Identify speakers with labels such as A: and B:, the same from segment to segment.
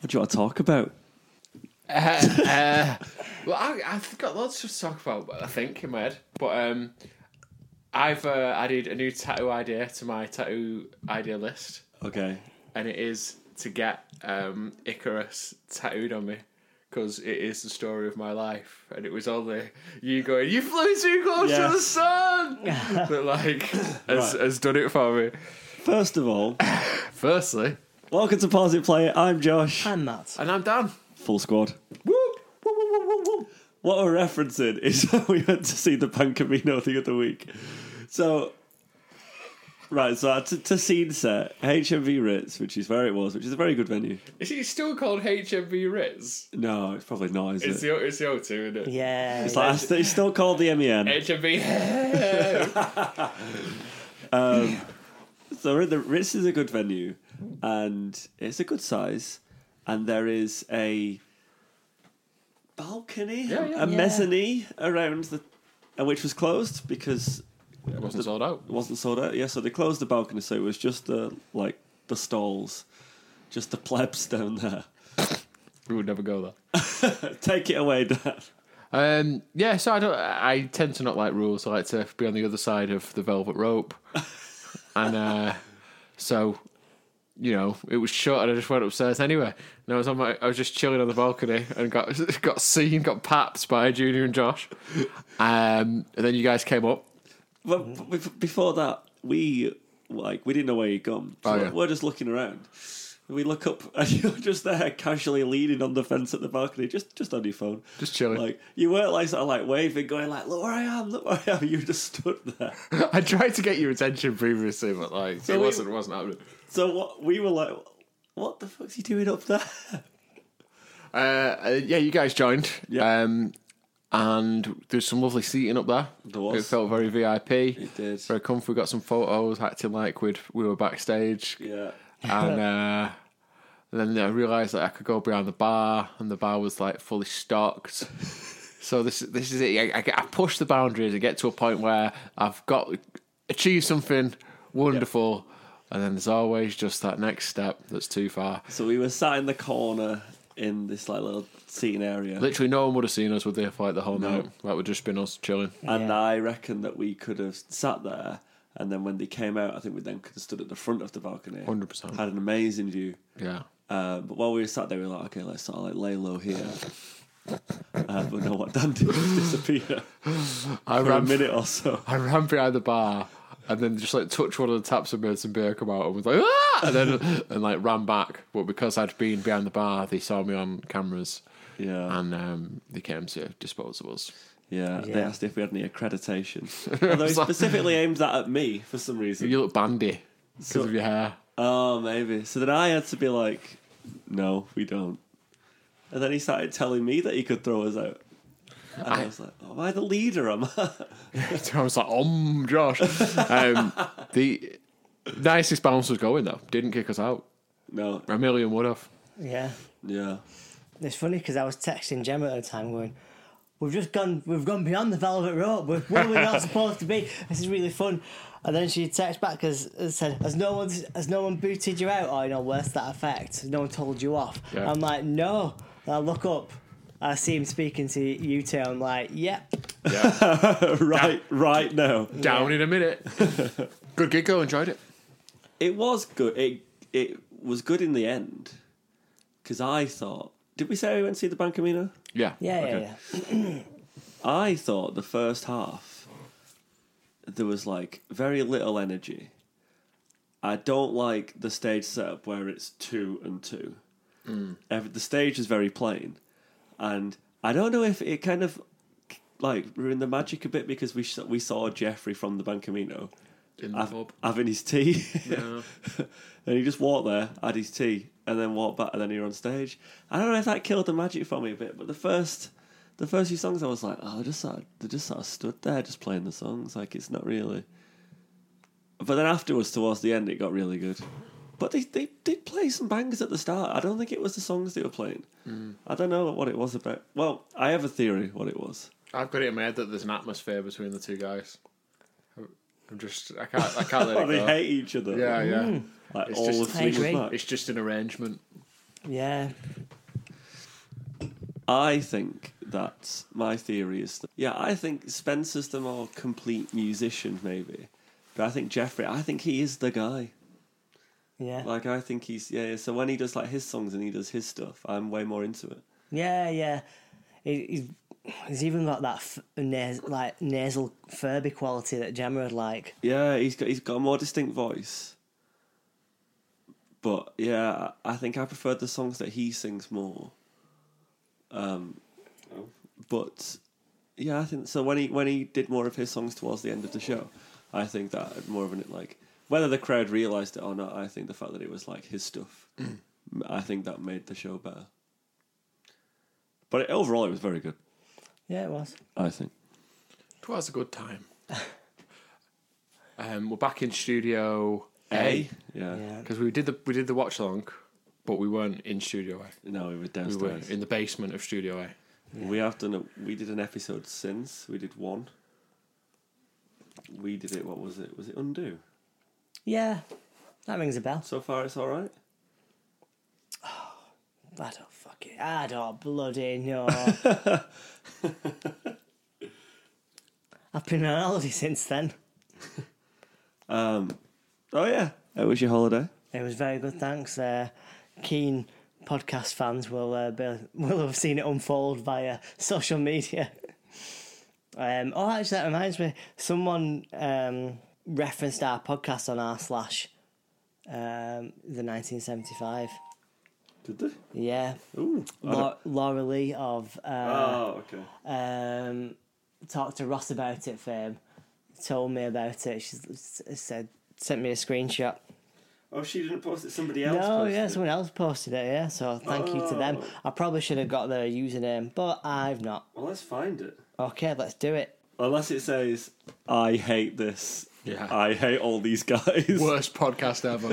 A: What do you want to talk about?
B: Uh, uh, well, I, I've got lots to talk about, but I think in my head. But um, I've uh, added a new tattoo idea to my tattoo idea list,
A: Okay.
B: and it is to get um, Icarus tattooed on me because it is the story of my life. And it was only you going, "You flew too close to the
A: Yes.
B: sun," that like has,
A: Right.
B: has done it for me.
A: First of all,
B: Firstly,
A: welcome to Pause It Play. It. I'm Josh.
C: And that.
B: and I'm done.
A: Full squad.
B: Woo! Woo, woo, woo, woo, woo.
A: What we're referencing is that we went to see the Pan Camino the other week. So, right, so our t- Tassin set, HMV Ritz, which is where it was, which is a very good venue.
B: Is it still called HMV Ritz?
A: No, it's probably not, is
B: It's
A: it?
B: the, it's the O2, isn't it?
C: Yeah.
A: It's, like, it's still called the E MEN.
B: HMV.
A: So we're in the Ritz is a good venue, and it's a good size, and there is a balcony,
B: Yeah, yeah.
A: a
C: Yeah.
A: mezzanine around the, uh, which was closed because
B: it wasn't sold out.
A: it wasn't sold out. Yeah, so they closed the balcony, so it was just the like the stalls, just the plebs down there.
B: We would never go there.
A: Take it away, Dad.
B: Um, yeah, so I don't. I tend to not like rules. I like to be on the other side of the velvet rope, and uh, so you know it was shut, and I just went upstairs anyway. And I was on my, I was just chilling on the balcony, and got got seen, got papped by Junior and Josh, um, and then you guys came up.
A: But
B: Mm-hmm.
A: b- bef- before that, we like we didn't know where you'd gone. So
B: Oh, yeah.
A: We're just looking around. We look up, and you're just there, casually leaning on the fence at the balcony, just just on your phone,
B: Just chilling.
A: Like you weren't like sort of like waving, going like, "Look where I am! Look where I am!" You just stood there.
B: I tried to get your attention previously, but like it
A: we-
B: wasn't wasn't happening.
A: So what we were like, "What the fuck's he doing up there?"
B: Uh, uh, yeah, you guys joined.
A: Yeah.
B: Um, and there's some lovely seating up there.
A: There was.
B: It felt very VIP. It
A: did.
B: Very comfy. We got some photos, acting like we'd we were backstage.
A: Yeah,
B: And uh, then I realised that I could go behind the bar, and the bar was like fully stocked. so this this is it. I, I, get- I push the boundaries. I get to a point where I've got achieved something wonderful, and then there's always just that next step that's too far.
A: so we were sat in the corner in this like little seating area,
B: Literally, no one would have seen us with there for like the whole night. That would just been us chilling.
A: and
C: Yeah.
A: I reckon that we could have sat there. And then when they came out, I think we then could have stood at the front of the balcony.
B: 100%.
A: Had an amazing view.
B: Yeah.
A: Um, but while we were sat there, we were like, okay, let's sort of like lay low here. Uh, but no, what Dan did was disappear
B: I
A: for a
B: ran,
A: minute or so.
B: I ran behind the bar and then just like touched one of the taps and made some beer come out and was like, ah! And then and like ran back. But because I'd been behind the bar, they saw me on cameras
A: Yeah,
B: and um, they came to dispose of us.
A: yeah. They
C: Yeah.
A: asked if we had any accreditation. Although he specifically aimed that at me for some reason.
B: You look bandy because
A: So-
B: of your hair.
A: Oh, maybe. So then I had to be like, no, we don't. And then he started telling me that he could throw us out. And I,
B: I-
A: was like, oh, am I the leader? Am I?
B: I was like, um, Josh. um, the nicest bounce was going though. Didn't kick us out.
A: no,
B: A million would have.
C: yeah.
A: yeah.
C: It's funny because I was texting Gemma at the time going, We've just gone we've gone beyond the velvet rope. We're where we're not supposed to be. This is really fun. And then she texted back as and said, Has no one has no one booted you out or you know, worse that effect? No one told you off.
B: Yeah.
C: I'm like, No. And I look up, I see him speaking to you two, I'm like, Yep.
B: Yeah.
A: right, right now.
B: Down in a minute. Good gig though. Enjoyed it.
A: It was good. It it was good in the end because I thought. Did we say we went to see the Ban Camino?
B: Yeah.
C: Yeah,
B: Okay.
C: yeah,
A: I thought the first half there was like very little energy. I don't like the stage setup where it's two and two. Ev- the stage is very plain, and I don't know if it kind of like ruined the magic a bit because we sh- we saw Jeffrey from the Ban Camino
B: In the
A: hav-
B: pub.
A: having his tea.
B: Yeah.
A: and he just walked there, had his tea, and then walked back, and then he were on stage. I don't know if that killed the magic for me a bit, but the first, the first few songs, I was like, oh, they just sort of, they just sort of stood there, just playing the songs. Like it's not really. But then afterwards, towards the end, it got really good. But they, they did play some bangers at the start. I don't think it was the songs they were playing. I don't know what it was about. Well, I have a theory what it was.
B: I've got it in my head that there's an atmosphere between the two guys. I'm just, I can't, I can't let
A: Oh,
B: it
A: they
B: go.
A: hate each other.
B: yeah, yeah.
A: Like
B: It's
A: all
B: just-
A: of
B: I
A: Fleetwood
C: agree.
A: Mac.
B: It's just an arrangement.
C: Yeah.
A: I think that my theory is that, yeah, I think Spencer's the more complete musician, maybe. But I think Jeffrey, I think he is the guy.
C: Yeah.
A: Like, I think he's, yeah, yeah. So when he does like his songs and he does his stuff, I'm way more into it.
C: Yeah, yeah. He, he's, he's even got that f- nas- like nasal Furby quality that Gemma had like.
A: Yeah, he's got, he's got a more distinct voice. But yeah, I I think I prefer the songs that he sings more. Um, but yeah, I think so. When he when he did more of his songs towards the end of the show, I think that had more of an like whether the crowd realized it or not. I think the fact that it was like his stuff, I think that made the show better. But it, overall, it was very good.
C: Yeah, it was.
A: I think.
B: Twas a good time. um, we're back in studio
A: A.
B: A
A: Yeah.
C: Yeah.
B: because we did the we did the watch along, but we weren't in studio A.
A: No, we were
B: We were
A: downstairs.
B: in the basement of studio A.
A: We have done. A, we did an episode since. We did one. We did it. What was it? Was it undo?
C: Yeah. That rings a bell.
A: So far, it's all right.
C: I don't fucking. I don't bloody know. I've been on holiday since then.
A: Oh yeah, it was your holiday.
C: It was very good, thanks. Uh, keen podcast fans will uh, be, will have seen it unfold via social media. Um, oh, actually, that reminds me. Someone um, referenced our podcast on r slash um, the nineteen seventy five.
A: Did they?
C: Yeah,
A: Ooh. I don't-
C: Lau- Laura Lee of uh,
A: Oh okay.
C: um, talked to Ross about it. Fame told me about it. She s- said sent me a screenshot.
A: Oh, she didn't post it. Somebody else.
C: No,
A: posted
C: yeah,
A: it.
C: someone else posted it, yeah. So thank you to them.
A: Oh.
C: I probably should have got their username, but I've not.
A: Well, let's find it.
C: Okay, let's do it.
A: Unless it says, "I hate this."
B: Yeah.
A: I hate all these guys.
B: Worst podcast ever.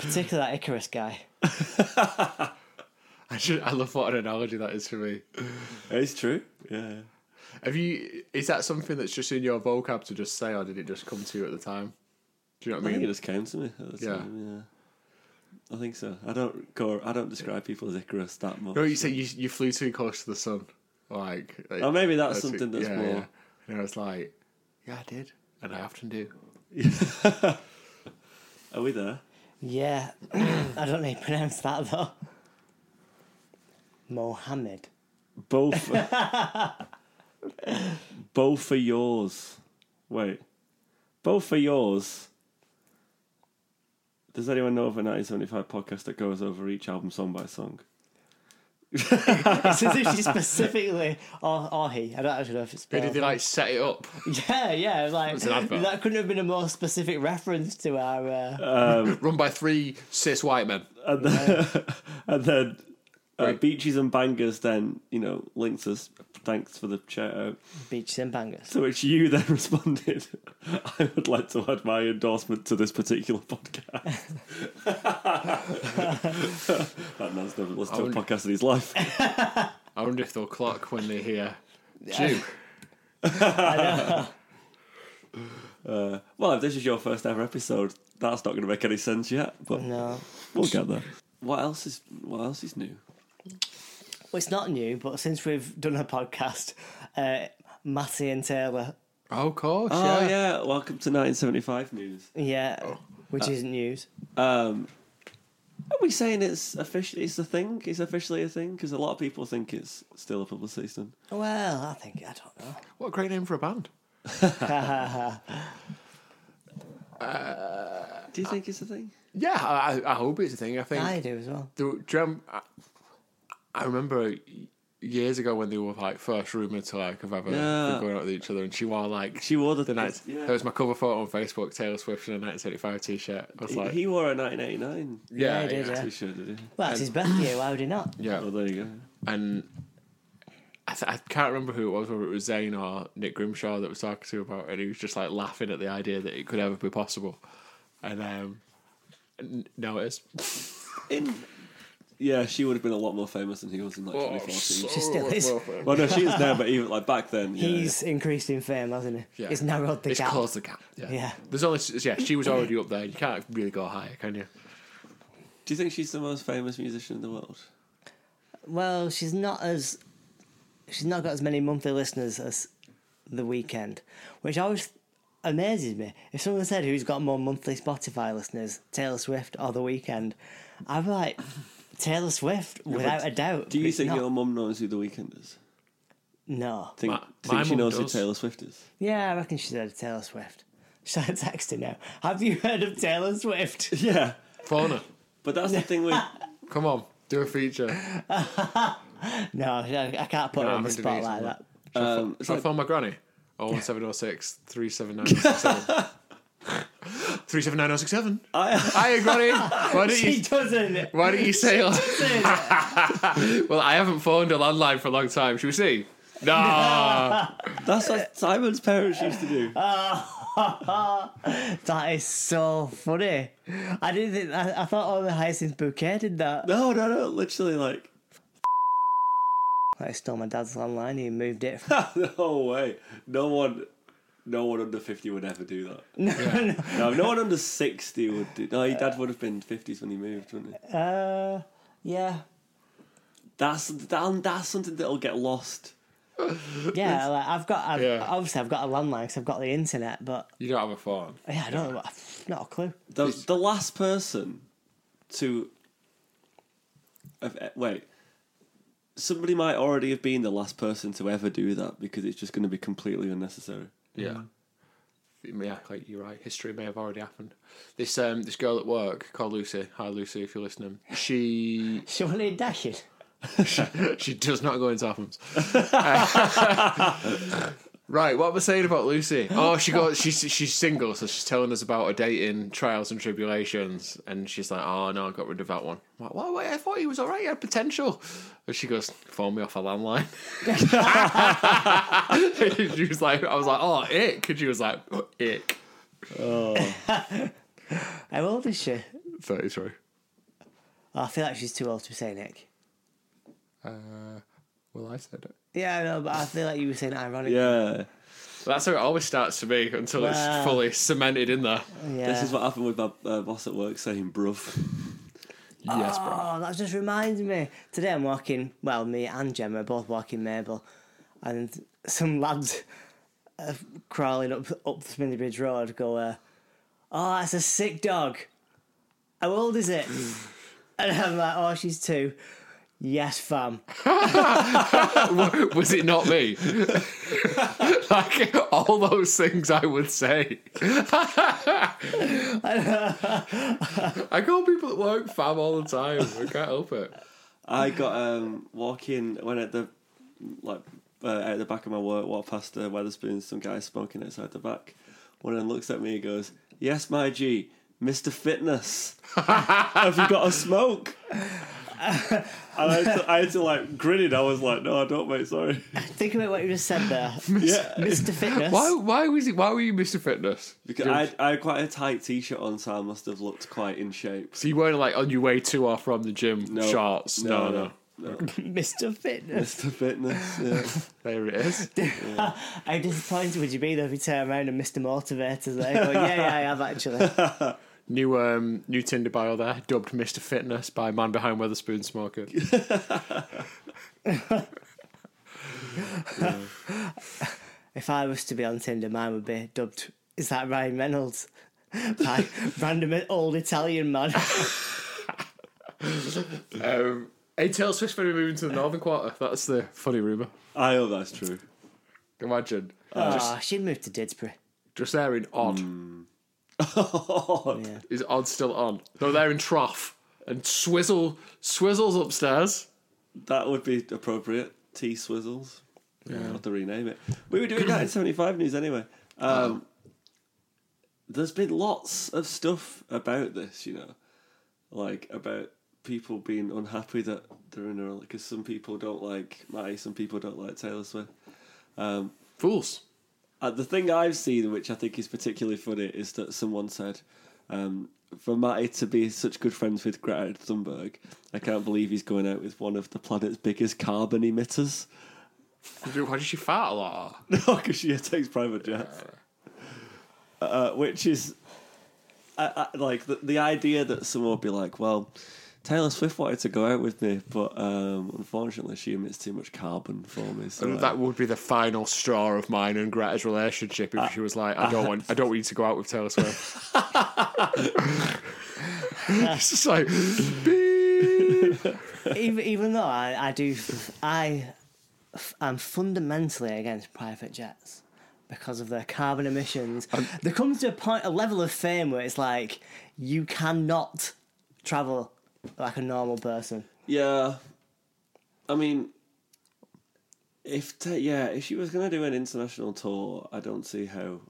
C: Particularly that Icarus guy.
B: I should. I love what an analogy that is for me.
A: It's true. Yeah.
B: Have you? Is that something that's just in your vocab to just say, or did it just come to you at the time? Do you know
A: I
B: what I
A: think it
B: mean?
A: just came to me at the
B: Yeah.
A: time. Yeah. I think so. I don't go. I don't describe people as Icarus that much.
B: no, you say you you flew too close to the sun, like.
A: Oh, maybe that's something that's
B: yeah,
A: more-
B: Yeah. You know, it's like, yeah, I did, and I often do.
A: Are we there?
C: Yeah. I don't know how to pronounce that though. Mohammed.
A: Both. both are yours. Wait. Both are yours. Does anyone know of a 1975 podcast that goes over each album song by song?
C: It's as if she specifically or, or he. I don't actually know if it's
B: They did they like set it up?
C: Yeah, yeah. it was Like
B: was an advert.
C: that couldn't have been a more specific reference to our uh,
B: Run by three cis white men.
A: And then, and then uh,
B: Right.
A: Beaches and Bangers then, you know, links us. Thanks for the shout out.
C: beaches and bangers.
A: To which you then responded, I would like to add my endorsement to this particular podcast. that man's never listened to a
B: wouldn't-
A: podcast in his life.
B: I wonder if they'll clock when they hear Jew.
A: Uh, well, if this is your first ever episode, that's not going to make any sense yet, but
C: No.
A: we'll get there. What else is What else is new?
C: Well, it's not new, but since we've done a podcast, uh, Matty and Taylor,
B: Oh, of course.
A: Oh yeah, welcome to 1975 news.
C: yeah, which isn't news.
A: Um, are we saying it's officially it's a thing? It's officially a thing because a lot of people think it's still a publicity stunt.
C: Well, I think I don't know.
B: What a great name for a band.
A: Do you think it's a thing?
B: Yeah, I, I- I hope it's a thing. I think
C: I do as well.
B: There, were- do you rem- I, I remember years ago when they were like first rumored to like have ever
A: Yeah.
B: been going out with each other, and she wore like
A: She wore the,
B: the night.
A: yeah.
B: There was my cover photo on Facebook, Taylor Swift in a 1975 t-shirt. I was
A: He-
B: like,
A: he wore a 1989
B: yeah,
C: Yeah, he did,
B: yeah.
C: yeah.
A: t-shirt, did he?
C: Well, it's his birthday. Why would he not?
B: yeah.
A: Oh, there you go.
B: and I, th- I can't remember who it was, whether it was Zane or Nick Grimshaw that was talking to about, it, and he was just like laughing at the idea that it could ever be possible, and um, n- now it is.
A: In yeah, she would have been a lot more famous than he was in like
B: Oh,
A: 2014.
B: so
C: still is.
B: well-
A: Well, no, she is now, but even like back then, yeah, yeah.
C: He's increased in fame, hasn't he?
B: Yeah.
C: He's narrowed the
B: it's
C: gap.
B: closed the gap. Yeah.
C: Yeah.
B: There's only yeah. She was already up there. You can't really go higher, can you?
A: Do you think she's the most famous musician in the world?
C: Well, she's not as she's not got as many monthly listeners as the weekend, which always amazes me. If someone said who's got more monthly Spotify listeners, Taylor Swift or the weekend, I'd be like Taylor Swift without a doubt.
A: Do
C: but
A: you
C: it's
A: think
C: not-
A: your mum knows who The Weeknd is?
C: No.
A: Think,
B: My-
A: think
B: my
A: she
B: mum
A: knows
B: does.
A: who Taylor Swift is?
C: Yeah, I reckon she said Taylor Swift. Should I text her now? Have you heard of Taylor Swift?
A: Yeah,
B: Fauna,
A: but that's the thing with
B: come on, do a feature.
C: No, I I can't put
B: No,
C: her
B: I'm
C: on the
B: gonna do
C: spot
B: it.
C: like that.
A: um, it's
B: Shall I
A: like,
B: phone my granny? Oh, one seven zero six three seven nine zero six seven. Three seven nine zero six seven.
A: I,
B: Hiya, granny. Why don't
C: She
B: you?
C: doesn't.
B: Why don't you say? well, I haven't phoned a landline for a long time. Should we see? No.
A: that's what Simon's parents used to do.
C: Uh. That is so funny. I didn't think I, I thought all the hyacinth bouquet did that.
A: No, no, no. Literally, like,
C: I stole my dad's landline. He moved it.
A: no way. No one, no one under fifty would ever do that.
C: no, Uh.
A: No, no one under sixty would do. No, your dad would have been fifties when he moved, wouldn't he?
C: no. Uh, yeah,
A: That's that, that's something that'll get lost.
C: yeah. Like I've got. I've,
B: Yeah.
C: Obviously, I've got a landline because I've got the internet. But
B: You don't have a phone.
C: yeah, I don't know. What, not a clue.
A: The, the last person to of- eh, wait. Somebody might already have been the last person to ever do that because it's just going to be completely unnecessary.
B: Yeah. Yeah, like you're right. History may have already happened. This um this girl at work called Lucy. Hi Lucy, if you're listening. She
C: She wanted dashing.
B: she does not go into albums. right, what am I saying about Lucy? Oh, she got she's she's single, so she's telling us about her dating trials and tribulations, and she's like, "Oh no, I got rid of that one." I'm like, what? Wait, I thought he was alright. He had potential. And she goes, "Phone me off a landline." she was like, "I was like, oh ick," and she was like, oh, "Ick."
C: How old is she? Oh,
B: Thirty-three.
C: I feel like she's too old to be saying Nick.
B: Well, I said it.
C: Yeah, I know, but I feel like you were saying it ironically.
A: Yeah.
B: That's how it always starts to be until
C: Wow.
B: it's fully cemented in there.
C: Yeah.
A: This is what happened with my uh, boss at work saying "bruv."
B: Yes, bro.
C: Oh, that just reminds me. Today I'm walking, well, me and Gemma are both walking Mabel, and some lads are crawling up up Smithy Bridge Road go, uh, Oh, that's a sick dog. How old is it? and I'm like, Oh, she's two. Yes, fam.
B: was it not me? like all those things I would say. I call people at work fam all the time. I can't help it.
A: I got um walking when at the like uh, at the back of my work, walked past a Weatherspoon, some guy smoking outside the back. One of them looks at me and goes, "Yes, my G, Mister Fitness, have you got a smoke?" and I had, to, I had to like grinning. I was like, "No, I don't, mate. Sorry."
C: Think about what you just said there.
A: yeah,
C: Mr. Fitness.
B: Why? Why was it? Why were you Mr. Fitness?
A: because I had, I had quite a tight t-shirt on, so I must have looked quite in shape.
B: so you weren't like on your way to or from the gym
A: No.
B: shorts. No, no,
C: Mr. Fitness.
A: Mister Fitness. Yeah.
B: There it is.
C: How disappointed would you be though if you turn around and Mr. Motivator's there? Go, yeah, yeah, I have actually.
B: New um new Tinder bio there, dubbed Mr. Fitness by man behind Weatherspoon Smoker.
C: If I was to be on Tinder, mine would be dubbed. Is that Ryan Reynolds? By random old Italian man.
B: um, hey, Taylor Swift's going to be moving to the Northern Quarter. That's the funny rumor.
A: I hope that's true.
B: Imagine.
C: oh, she'd moved to Didsbury.
B: Just there in odd.
A: God.
C: Yeah.
B: Is odd still on? No, they're in trough. And Swizzle Swizzle's upstairs.
A: That would be appropriate. Tea swizzles. I'll have to rename it. We were doing that in 75 news anyway. Um, there's been lots of stuff about this, you know, like about people being unhappy that they're in a because some people don't like Matty, some people don't like Taylor Swift.
B: Fools.
A: Uh, the thing I've seen, which I think is particularly funny, is that someone said, um, for Matty to be such good friends with Greta Thunberg, I can't believe he's going out with one of the planet's biggest carbon emitters.
B: Why did she fart a lot?
A: No, because she takes private jets. Uh, which uh, is I, I, like the, the idea that someone would be like, well, Taylor Swift wanted to go out with me, but um, unfortunately, she emits too much carbon for me. So like,
B: That would be the final straw of mine and Greta's relationship if she was like, I don't want, I don't want you to go out with Taylor Swift. it's just like, beep.
C: even, even though I, I do, I am fundamentally against private jets because of their carbon emissions. there comes to a point, a level of fame where it's like you cannot travel like a normal person.
A: yeah, I mean, if ta- yeah, if she was going to do an international tour, I don't see how.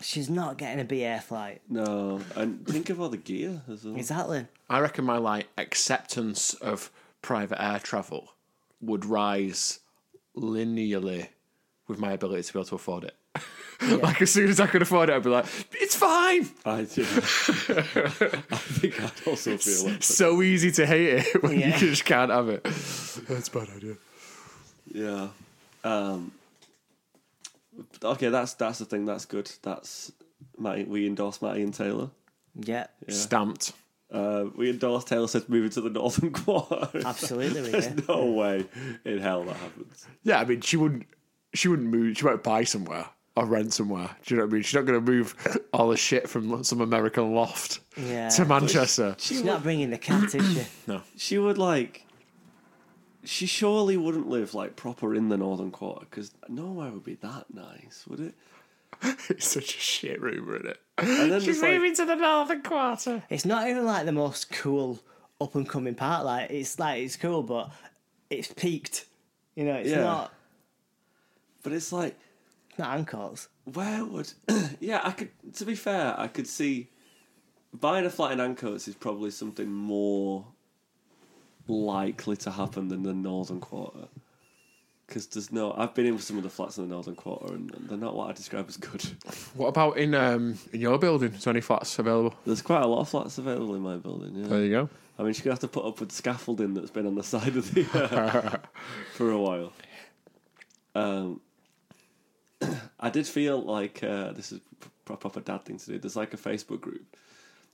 C: She's not getting a BA flight.
A: No, and think of all the gear as well.
C: Exactly.
B: I reckon my like acceptance of private air travel would rise linearly with my ability to be able to afford it. like as soon as I could afford it, I'd be like, it's fine.
A: I do. I think I'd also feel like that.
B: So easy to hate it when
C: Yeah.
B: you just can't have it. That's a bad idea.
A: Yeah. Um, okay, that's that's the thing. That's good. That's Matty, we endorse Matty and Taylor.
C: Yeah,
B: Stamped.
A: Uh, we endorse Taylor Swift moving to the Northern Quarter.
C: Ah, absolutely. we do.
A: There's no way in hell that happens.
B: Yeah, I mean, she wouldn't. She wouldn't move. She might buy somewhere or rent somewhere. Do you know what I mean? She's not going to move all the shit from some American loft
C: Yeah.
B: to Manchester.
C: She's not bringing the cat, is she?
B: No.
A: She would like. She surely wouldn't live like proper in the Northern Quarter because nowhere would be that nice, would it?
B: It's such a shit rumor, isn't it?
A: And then
B: She's
A: there's, like-
B: moving to the northern quarter.
C: It's not even like the most cool up and coming part. Like it's like it's cool, but it's peaked. You know, it's
A: Yeah.
C: not
A: but it's like
C: it's not Ancoats.
A: Where would? yeah, I could. To be fair, I could see buying a flat in Ancoats is probably something more likely to happen than the Northern Quarter. Because there's no. I've been in some of the flats in the Northern Quarter, and they're not what I describe as good.
B: What about in um in your building? Is there any flats available?
A: There's quite a lot of flats available in my building. Yeah.
B: There you go.
A: I mean, she's gonna have to put up with scaffolding that's been on the side of the uh, for a while. Um, I did feel like uh, this is a proper dad thing to do. There's like a Facebook group,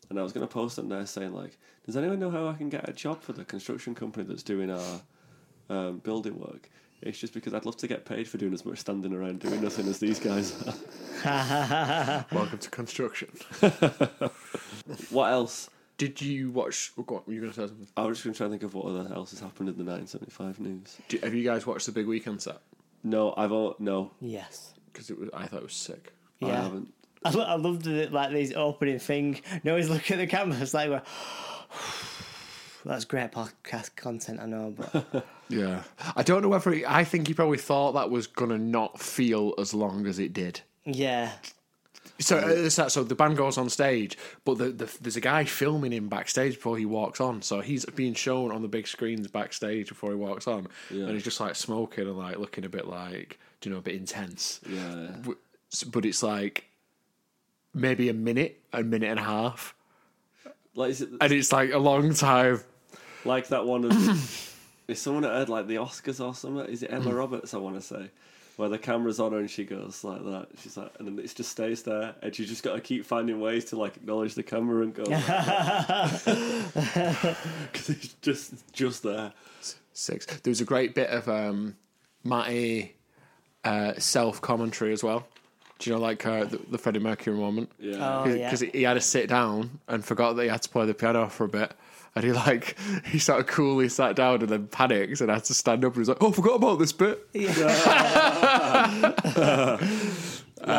A: and I was going to post on there saying like, "Does anyone know how I can get a job for the construction company that's doing our um, building work?" It's just because I'd love to get paid for doing as much standing around doing nothing as these guys are.
B: Welcome to construction.
A: what else?
B: Did you watch? Oh, go on, were you going to say something?
A: I was just going to try and think of what other else has happened in the 1975 news.
B: Did, have you guys watched the Big Weekend set?
A: No, I've all, no,
C: Yes.
B: Because it was, I thought it was sick.
A: I
C: Yeah.
A: haven't.
C: I, lo- I loved it like these opening thing. No he's looking at the camera. It's like, well, that's great podcast content, I know, but
B: Yeah, I don't know whether he, I think he probably thought that was gonna not feel as long as it did.
C: yeah,
B: So, uh, so so the band goes on stage, but the, the, there's a guy filming him backstage before he walks on. So he's being shown on the big screens backstage before he walks on,
A: Yeah.
B: and he's just like smoking and like looking a bit like do you know a bit intense.
A: Yeah.
B: W- s- But it's like maybe a minute, a minute and a half,
A: Like, is it,
B: and it's like a long time.
A: like that one of is someone that heard like the Oscars or something? Is it Emma Roberts? I want to say where the camera's on her and she goes like that. She's like, and then it just stays there, and she's just got to keep finding ways to like acknowledge the camera and go because it's just just there.
B: six. There was a great bit of um, Matty uh, self commentary as well. Do you know, like uh, the, the Freddie Mercury moment?
A: Yeah.
C: Oh, yeah.
B: Because he had to sit down and forgot that he had to play the piano for a bit. And he like he sort of coolly sat down and then panicked and had to stand up and he was like, "Oh, forgot about this bit."
C: Well,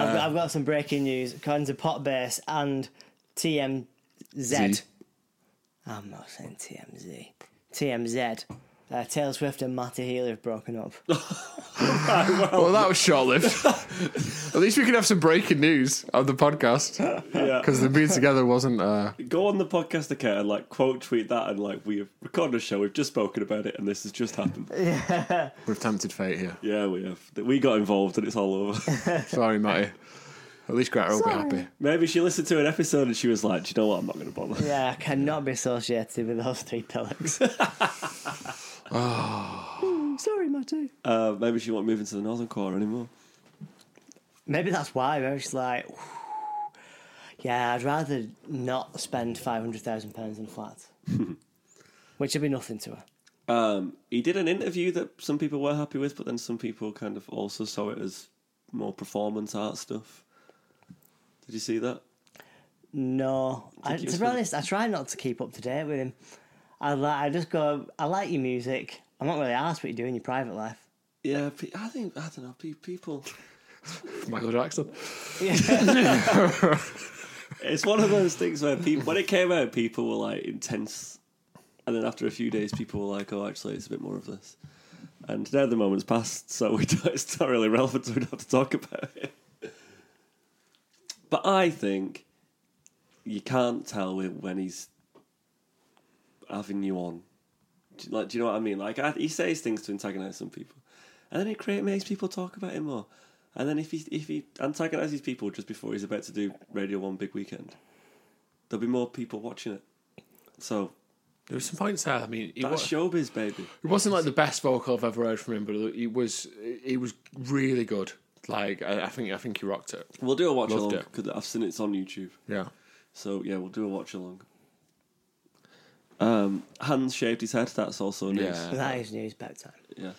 C: I've, got, I've got some breaking news. According to Potbase and TMZ,
B: Z.
C: I'm not saying TMZ. TMZ. Uh, Taylor Swift and Matty Healy have broken up.
B: Well, Oh, that was short-lived. At least we can have some breaking news on the podcast
A: Yeah.
B: because the being together wasn't. Uh,
A: Go on the podcast account and like quote tweet that and like we have recorded a show. We've just spoken about it and this has just happened.
B: we've tempted fate here.
A: yeah, we have. We got involved and it's all over.
B: Sorry, Matty. At least Greta will be happy.
A: Maybe she listened to an episode and she was like, "Do you know what? I'm not going to bother."
C: yeah, I cannot be associated with those three pillars. Ooh, sorry, Matty.
A: Uh, maybe she won't move into the Northern Quarter anymore.
C: Maybe that's why. Maybe she's like, "Whew, yeah, I'd rather not spend five hundred thousand pounds on a flat, which would be nothing to her.
A: Um, he did an interview that some people were happy with, but then some people kind of also saw it as more performance art stuff. Did you see that?
C: No, I,
A: Think he
C: to
A: was
C: be
A: gonna-
C: honest, I try not to keep up to date with him. I li- I just go. I like your music. I'm not really asked what you do in your private life.
A: Yeah, pe- I think I don't know. pe- People,
B: Michael Jackson.
A: it's one of those things where people, when it came out, people were like intense, and then after a few days, people were like, "Oh, actually, it's a bit more of this." And now the moment's passed, so we don't, it's not really relevant, so we don't have to talk about it. But I think you can't tell whe- when he's having you on. Do, you- like, do you know what I mean? Like, I, he says things to antagonize some people, and then it create, makes people talk about him more. And then if he if he antagonizes people just before he's about to do Radio One Big Weekend, there'll be more people watching it. So
B: There were some points there. I mean, he
A: that's
B: wa-
A: showbiz, baby.
B: It wasn't like the best vocal I've ever heard from him, but it was it was really good. Like I, I think I think he rocked it.
A: We'll do a watch
B: Loved
A: along
B: it.
A: because I've seen it's on YouTube.
B: Yeah.
A: So yeah, we'll do a watch along. Um, Hans shaved his head. That's also news.
B: Yeah.
C: that is news bedtime.
A: Yeah.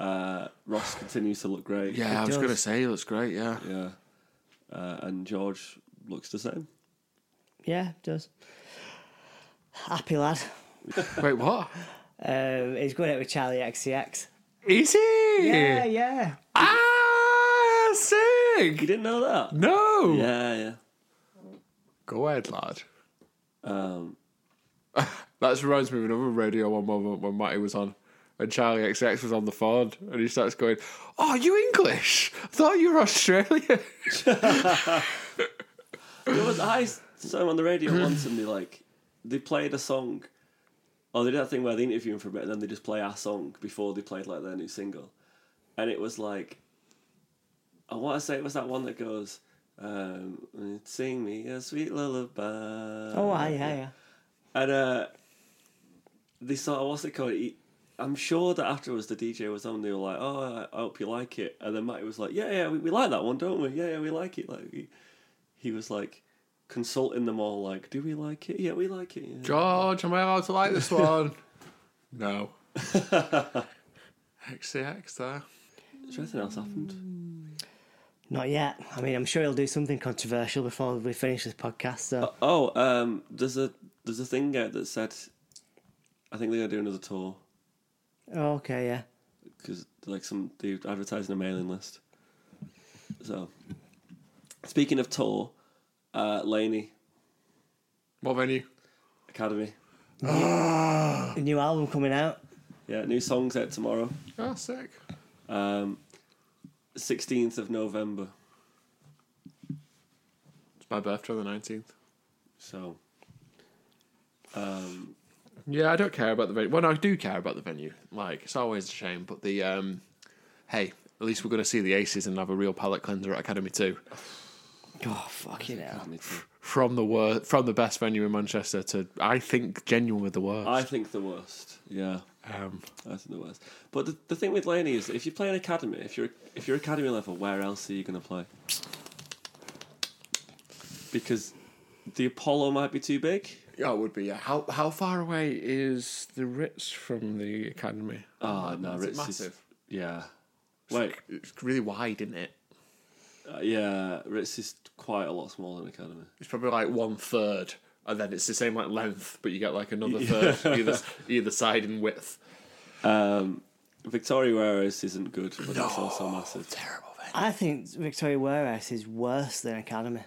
A: Uh, Ross continues to look great.
B: Yeah, I was
C: does.
B: gonna say it looks great. Yeah,
A: Yeah. Uh, and George looks the same.
C: Yeah, it does. Happy lad.
B: wait, what?
C: Um, he's going out with Charlie XCX.
B: Is he?
C: Yeah, yeah.
B: Ah,
A: You
B: sick.
A: didn't know that?
B: No.
A: Yeah, yeah.
B: Go ahead, lad.
A: Um,
B: That just reminds me of another Radio One moment when Matty was on. And Charlie XX was on the phone, and he starts going, "Oh, are you English? I thought you were Australian."
A: there was I saw him on the radio once, and they like they played a song, or they did that thing where they interview him for a bit, and then they just play our song before they played like their new single, and it was like, I want to say it was that one that goes, um, "Sing me a sweet lullaby."
C: Oh, aye, yeah, yeah.
A: And uh, they sort of, what's it called? He, I'm sure that afterwards the DJ was on, they were like, oh, I I hope you like it. And then Matty was like, yeah, yeah, we, we like that one, don't we? Yeah, yeah, we like it. Like He, he was like consulting them all, like, do we like it? Yeah, we like it. Yeah.
B: George, am I allowed to like this one? no. XCX there.
A: Has anything else happened?
C: Not yet. I mean, I'm sure he'll do something controversial before we finish this podcast. So
A: Oh, um, there's a there's a thing out that said, I think they're going to do another tour Oh.
C: okay, yeah.
A: because like some they advertising a mailing list. So, speaking of tour, uh, Laney
B: What venue?
A: Academy.
C: A new album coming out.
A: Yeah, new song's out tomorrow.
B: Oh, sick.
A: Um, 16th of November.
B: It's my birthday on the 19th.
A: So, um,
B: Yeah, I don't care about the venue. Well, no, I do care about the venue. Like, it's always a shame, but the, um, hey, at least we're going to see the Aces and have a real palate cleanser at Academy 2.
C: Oh fucking hell!
A: Academy too.
B: From the wor- from the best venue in Manchester to, I think, genuinely the
A: I
B: worst.
A: think the worst. Yeah,
B: um,
A: I think the worst. But the, the thing with Laney is, if you play an academy, if you're if you're academy level, where else are you going to play? Because the Apollo might be too big.
B: yeah, it would be, yeah. How, how far away is the Ritz from the Academy?
A: Oh no,
B: Ah, Is it
A: Ritz is-
B: massive?
A: yeah. Wait,
B: It's really wide, isn't it?
A: uh, yeah, Ritz is quite a lot smaller than academy.
B: it's probably like one third, and then it's the same like length, but you get like another third either either side in width.
A: Um, Victoria Warehouse isn't good, but it's also massive.
B: Terrible. Venue.
C: I think Victoria Warehouse is worse than Academy.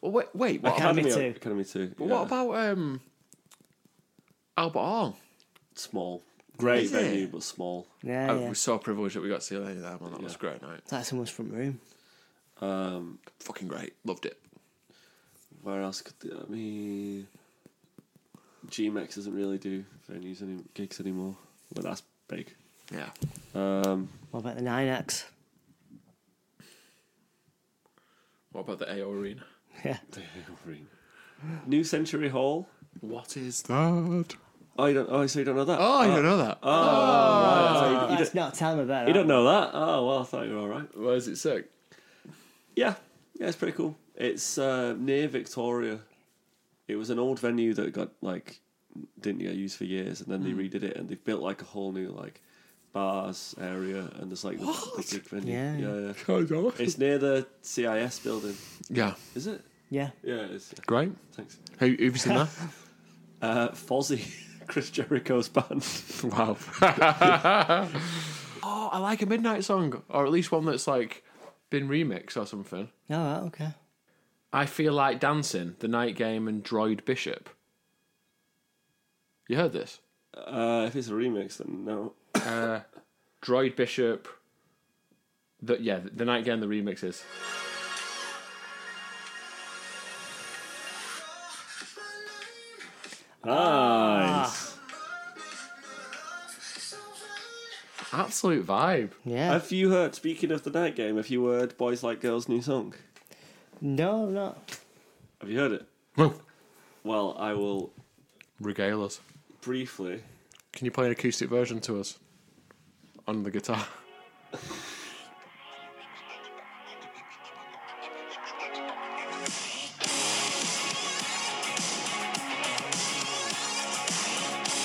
B: Well, Uh, wait, wait. What, about,
C: Academy
A: Academy,
C: two.
A: Academy two.
B: but
A: yeah.
B: what about um Albert Hall?
A: small? Great
B: Is it?
A: venue, but small.
C: Yeah,
B: Oh,
C: yeah.
B: We're so privileged that we got to see Lady there, man. That was
A: Yeah.
B: a great night.
C: That's someone's front room.
A: Um,
B: Fucking great. Loved it.
A: where else could the- I mean? GMX doesn't really do venues any gigs anymore. Well, that's big.
B: Yeah.
A: Um,
C: What about the Nine X?
B: What about the AO Arena?
C: Yeah.
A: New Century Hall.
B: What is that?
A: Oh, you don't. Oh, so you don't know that?
B: Oh, you don't know that. Oh.
A: Oh, you,
C: Let's
A: don't,
C: not tell them about
A: you
C: that.
A: don't know that? Oh well, I thought you were all right.
B: Why is it sick?
A: Yeah, yeah, it's pretty cool. It's uh, near Victoria. It was an old venue that got like didn't get used for years, and then they redid it and they've built like a whole new like bars area, and there's like the, the big venue.
C: Yeah.
A: yeah, yeah. It's near the CIS building.
B: Yeah,
A: Is it?
C: Yeah.
A: Yeah, it is. yeah.
B: great.
A: Thanks.
B: Who, have you seen that?
A: Uh, Fozzy, Chris Jericho's band.
B: wow. oh, I like a midnight song, or at least one that's like been remixed or something.
C: All right. Okay.
B: I feel like dancing, the night game, and Droid Bishop. You heard this?
A: Uh, if it's a remix, then no.
B: Uh, Droid Bishop. The, yeah, the night game, the remix is.
A: Ah. Nice.
B: Absolute vibe.
C: Yeah.
A: Have you heard? Speaking of the night game, have you heard "Boys Like Girls" new song?
C: No, I'm not.
A: Have you heard it?
B: Whoa.
A: Well, I will
B: Regale us.
A: briefly.
B: Can you play an acoustic version to us on the guitar?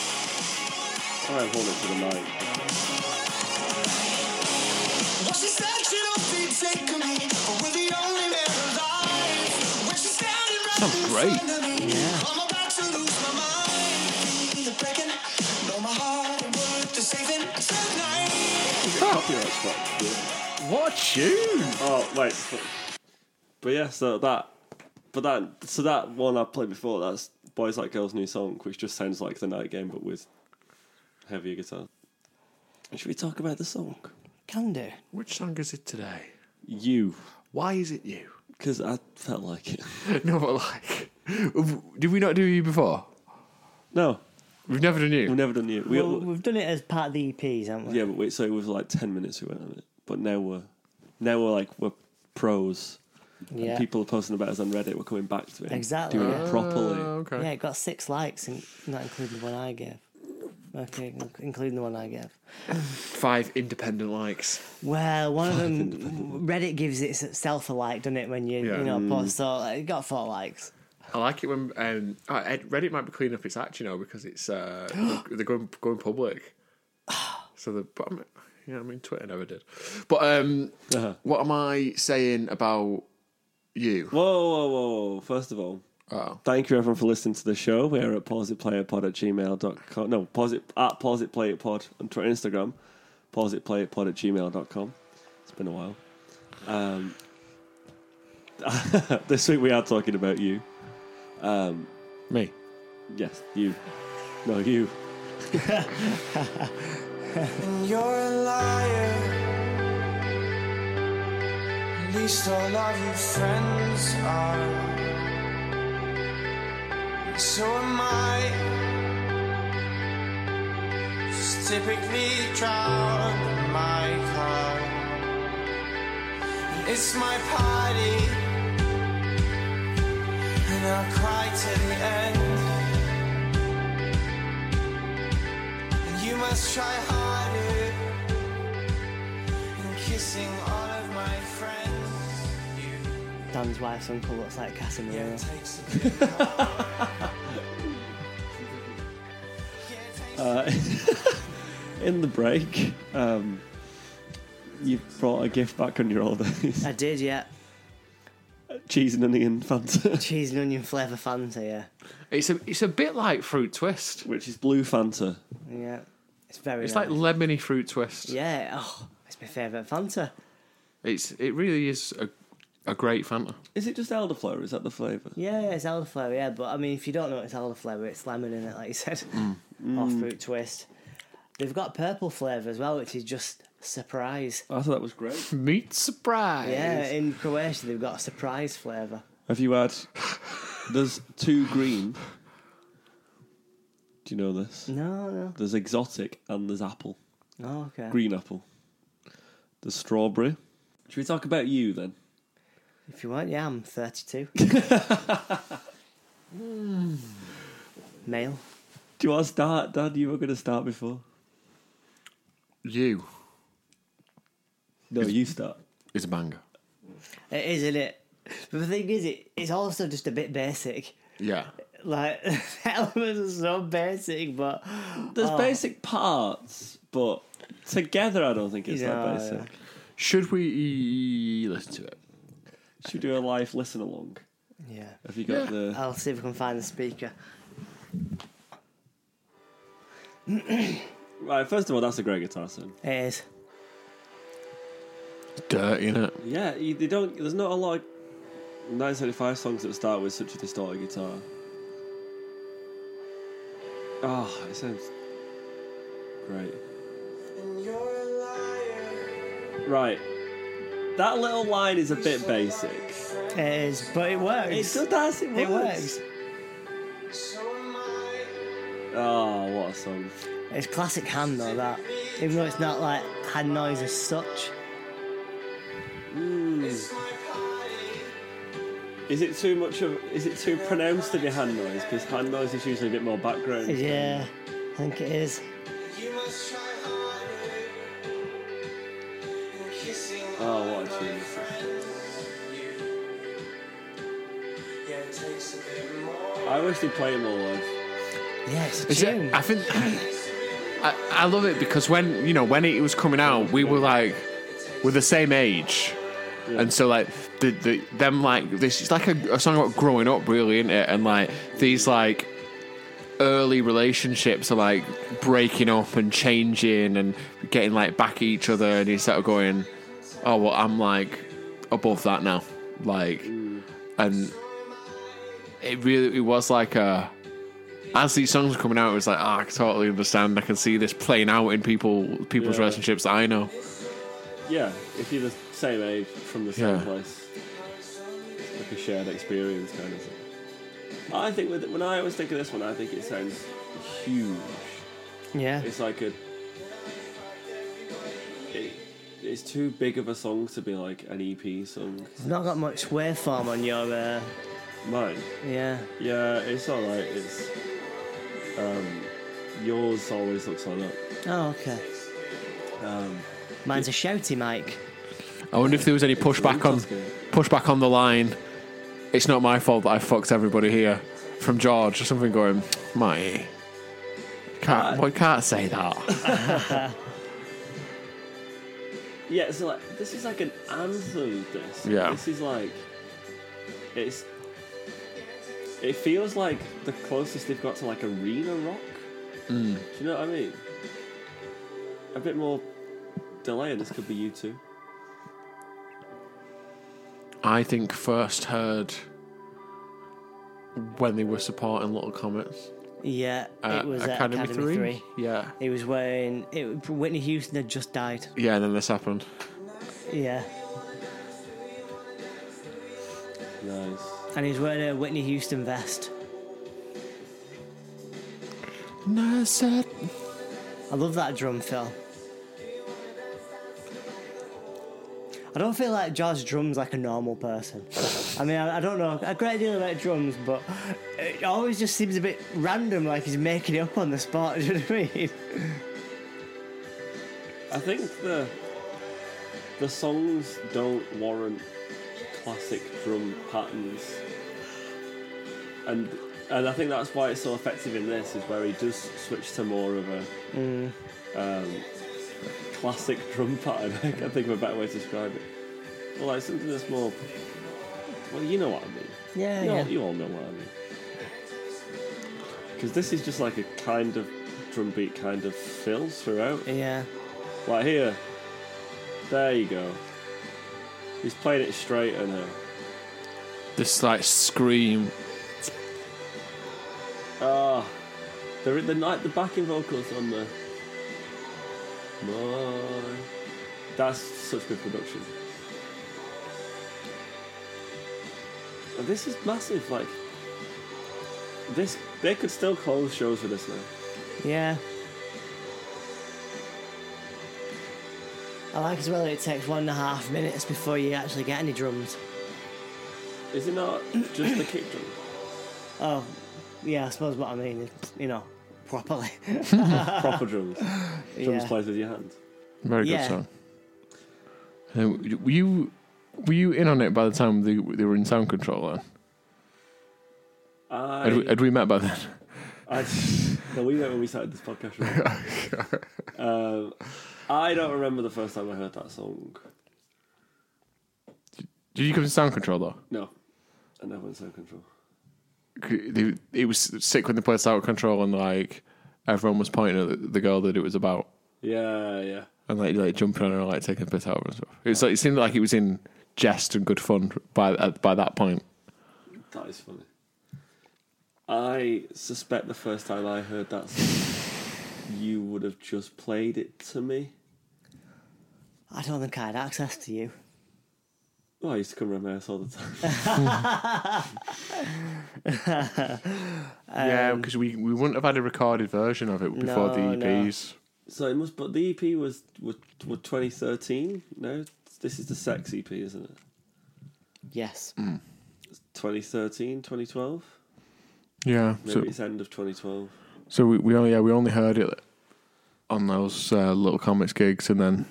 A: Try and hold it to the mic.
D: Well, she said she don't be taking me, but we're the only man alive. When she's standing right
B: Sounds
D: in
B: great.
D: front of me,
C: Yeah.
D: I'm about to lose my mind. The breaking, know my heart ain't worth the saving tonight.
A: Copyright strike. Yeah.
B: What tune?
A: Oh wait. But, but yeah, so that, but that, so that one I played before. That's "Boys Like Girls" new song, which just sounds like the night game, but with heavier guitar. Should we talk about the song?
C: Can do.
B: Which song is it today?
A: You,
B: Why is it you?
A: because I felt like it.
B: no, but like, did we not do you before?
A: No,
B: We've never done you.
A: we've never done you. We,
C: Well, we've done it as part of the EPs, haven't we?
A: yeah, but we, so it was like ten minutes we went on it, but now we're now we're like we're pros.
C: Yeah.
A: People are posting about us on Reddit. We're coming back to it. and
C: Exactly.
A: Doing
C: Ah,
A: it properly.
B: Oh, okay.
C: Yeah, it got six likes, and not including the one I gave. Okay, including the one I gave.
B: Five independent likes.
C: Well, one of them, Reddit gives itself a like, doesn't it? When you
B: Yeah.
C: you know post, so it got four likes.
B: I like it when um, oh, Ed- Reddit might be cleaning up its act, you know, because it's uh, they're going going public. So the but I'm, yeah, I mean Twitter never did. But um,
A: Uh-huh.
B: what am I saying about you?
A: Whoa, whoa, whoa, whoa. First of all,
B: Oh,
A: thank you everyone for listening to the show. We're at pauseitplayerpod at gmail.com. No, pause it, at pauseitplayerpod on Twitter and Instagram. Pauseitplayerpod at gmail.com. It's been a while. Um, this week we are talking about you.
B: me.
A: Yes, you. No, you.
D: And you're a liar. At least all of your friends are. And So am I. Just typically drown in my car. And it's my party. And I'll cry to the end. And you must try harder than kissing all of my friends. You,
C: Dan's wife's uncle looks like Casimiro.
D: yeah, it takes a bit of power. Yeah, it takes a
A: Uh, in the break, um, you brought a gift back on your holidays.
C: I did, yeah.
A: Cheese and onion Fanta,
C: Cheese and onion flavour Fanta, yeah,
B: It's a it's a bit like fruit twist.
A: which is blue Fanta.
C: yeah. It's very.
B: It's
C: nice.
B: like lemony fruit twist.
C: yeah. Oh, it's my favourite Fanta.
B: It's it really is a a great Fanta.
A: Is it just elderflower? Is that the flavour?
C: Yeah, yeah, it's elderflower. Yeah, but I mean, if you don't know it's elderflower, it's lemon in it, like you said,
B: Mm.
C: or fruit twist. They've got purple flavour as well, which is just surprise.
A: I thought that was great.
B: Meat surprise.
C: Yeah, in Croatia they've got a surprise flavour.
A: Have you had? There's two green. Do you know this?
C: No, no.
A: There's exotic and there's apple.
C: Oh, okay.
A: Green apple. There's strawberry. Should we talk about you then?
C: If you want, yeah, I'm 32. Male.
A: Do you want to start, Dad? You were going to start before.
B: You
A: No, you start.
B: is a banger.
C: It is, isn't it? But the thing is, it, it's also just a bit basic.
B: Yeah.
C: Like the elements are so basic, but
A: There's basic parts, but together I don't think it's
C: Yeah,
A: that basic.
B: Should we listen to it?
A: Should we do a live listen along?
C: yeah.
A: Have you got
B: Yeah.
A: the?
C: I'll see if we can find the speaker.
A: Right, first of all, that's a great guitar sound.
C: It is.
B: It's dirty, innit?
A: Yeah, you, they don't. There's not a lot of 1975 songs that start with such a distorted guitar. Oh, it sounds great. Right, that little line is a bit basic.
C: It is, but it
A: It
C: works.
A: does. that's- It works.
C: It works.
A: Oh, what a song!
C: It's classic hand though that, even though it's not like hand noise as such.
A: Hmm. Is it too much of? Is it too pronounced to be hand noise? Because hand noise is usually a bit more background.
C: Yeah, uh, I think it is.
A: Oh, what a tune! I wish they played more live.
C: Yeah, it's a
B: Is
C: tune.
B: it? I think I, I love it because when you know when it was coming out, we were like we're the same age, and so like the, the them like this it's like a, a song about growing up, really, isn't it? And like these like early relationships are like breaking up and changing and getting like back at each other, and you start going, oh well, I'm like above that now, like, and it really it was like a as these songs were coming out, it was like, ah, I can totally understand. I can see this playing out in people people's
A: Yeah.
B: relationships that I know.
A: Yeah, if you're the same age from the same
B: Yeah.
A: place, it's like a shared experience kind of thing. I think with, when I always think of this one, I think it sounds huge.
C: yeah,
A: It's like a. It, it's too big of a song to be like an EP song.
C: it's not got much waveform on your. Uh,
A: Mine,
C: yeah,
A: yeah, it's all right. It's um, yours always looks like that.
C: Oh, okay. Mine's a shouty mic.
B: I wonder if there was any pushback on
A: Interesting.
B: pushback on the line. It's not my fault that I fucked everybody here. From George or something going, my
A: Uh,
B: can't we can't say that.
A: Yeah, so like this is like an anthem. This.
B: Yeah.
A: This is like it's. It feels like the closest they've got to like arena rock. Do you know what I mean? A bit more delay, and this could be you two.
B: I think first heard when they were supporting Little Comets.
C: Yeah,
B: at
C: it was at Academy, 3.
B: Uh, Yeah.
C: It was when it, Whitney Houston had just died.
B: Yeah, and then this happened.
C: Yeah,
A: Nice.
C: and he was wearing a Whitney Houston vest.
B: Nice.
C: I love that drum fill. I don't feel like George drums like a normal person. I mean, I, I don't know a great deal about drums, but it always just seems a bit random, like he's making it up on the spot. Do you know what I mean?
A: I think the the songs don't warrant classic drum patterns, and and I think that's why it's so effective in this is where he does switch to more of a um, classic drum pattern. I can't think of a better way to describe it. Well, like something that's more. Well, you know what I mean.
C: Yeah,
A: You,
C: yeah.
A: All, you all know what I mean. Because this is just like a kind of drum beat kind of fill throughout.
C: Yeah,
A: Right here. There you go. He's playing it straight and uh,
B: This like scream.
A: ah, the the night the backing vocals on the. My, that's such good production. And this is massive. Like this, they could still close shows with this now.
C: yeah. I like as well that it takes one and a half minutes before you actually get any drums.
A: Is it not just the kick drum?
C: Oh, yeah, I suppose what I mean is, you know, properly.
A: Proper drums. Drums
C: Yeah.
A: plays with your hands.
B: Very good
C: Yeah.
B: song. Uh, you Were you in on it by the time they, they were in sound control? Then?
A: I,
B: Had, we, had we met by then?
A: I, no, we met when we started this podcast. Right? um, I don't remember the first time I heard that song.
B: Did you come to sound control though?
A: No, I never went sound control.
B: 'Cause They, it was sick when they played sound control and like everyone was pointing at the- the girl that it was about
A: Yeah, yeah.
B: and like like jumping on her and like taking a piss out of her and stuff. It was like it seemed like it was in jest and good fun by at, by that point.
A: That is funny. I suspect the first time I heard that song, you would have just played it to me.
C: I don't think I had access to you.
A: Oh, I used to come around my house all the time.
B: yeah, because we we wouldn't have had a recorded version of it before
C: No,
B: the E
C: no.
B: EPs.
A: So it must, but the EP was was, was 2013. No, this is the sex EP, isn't it?
C: Yes.
A: 2013, 2012.
B: Yeah,
A: Maybe
B: so
A: it's end of 2012.
B: so we, we only yeah we only heard it on those uh, little comics gigs and then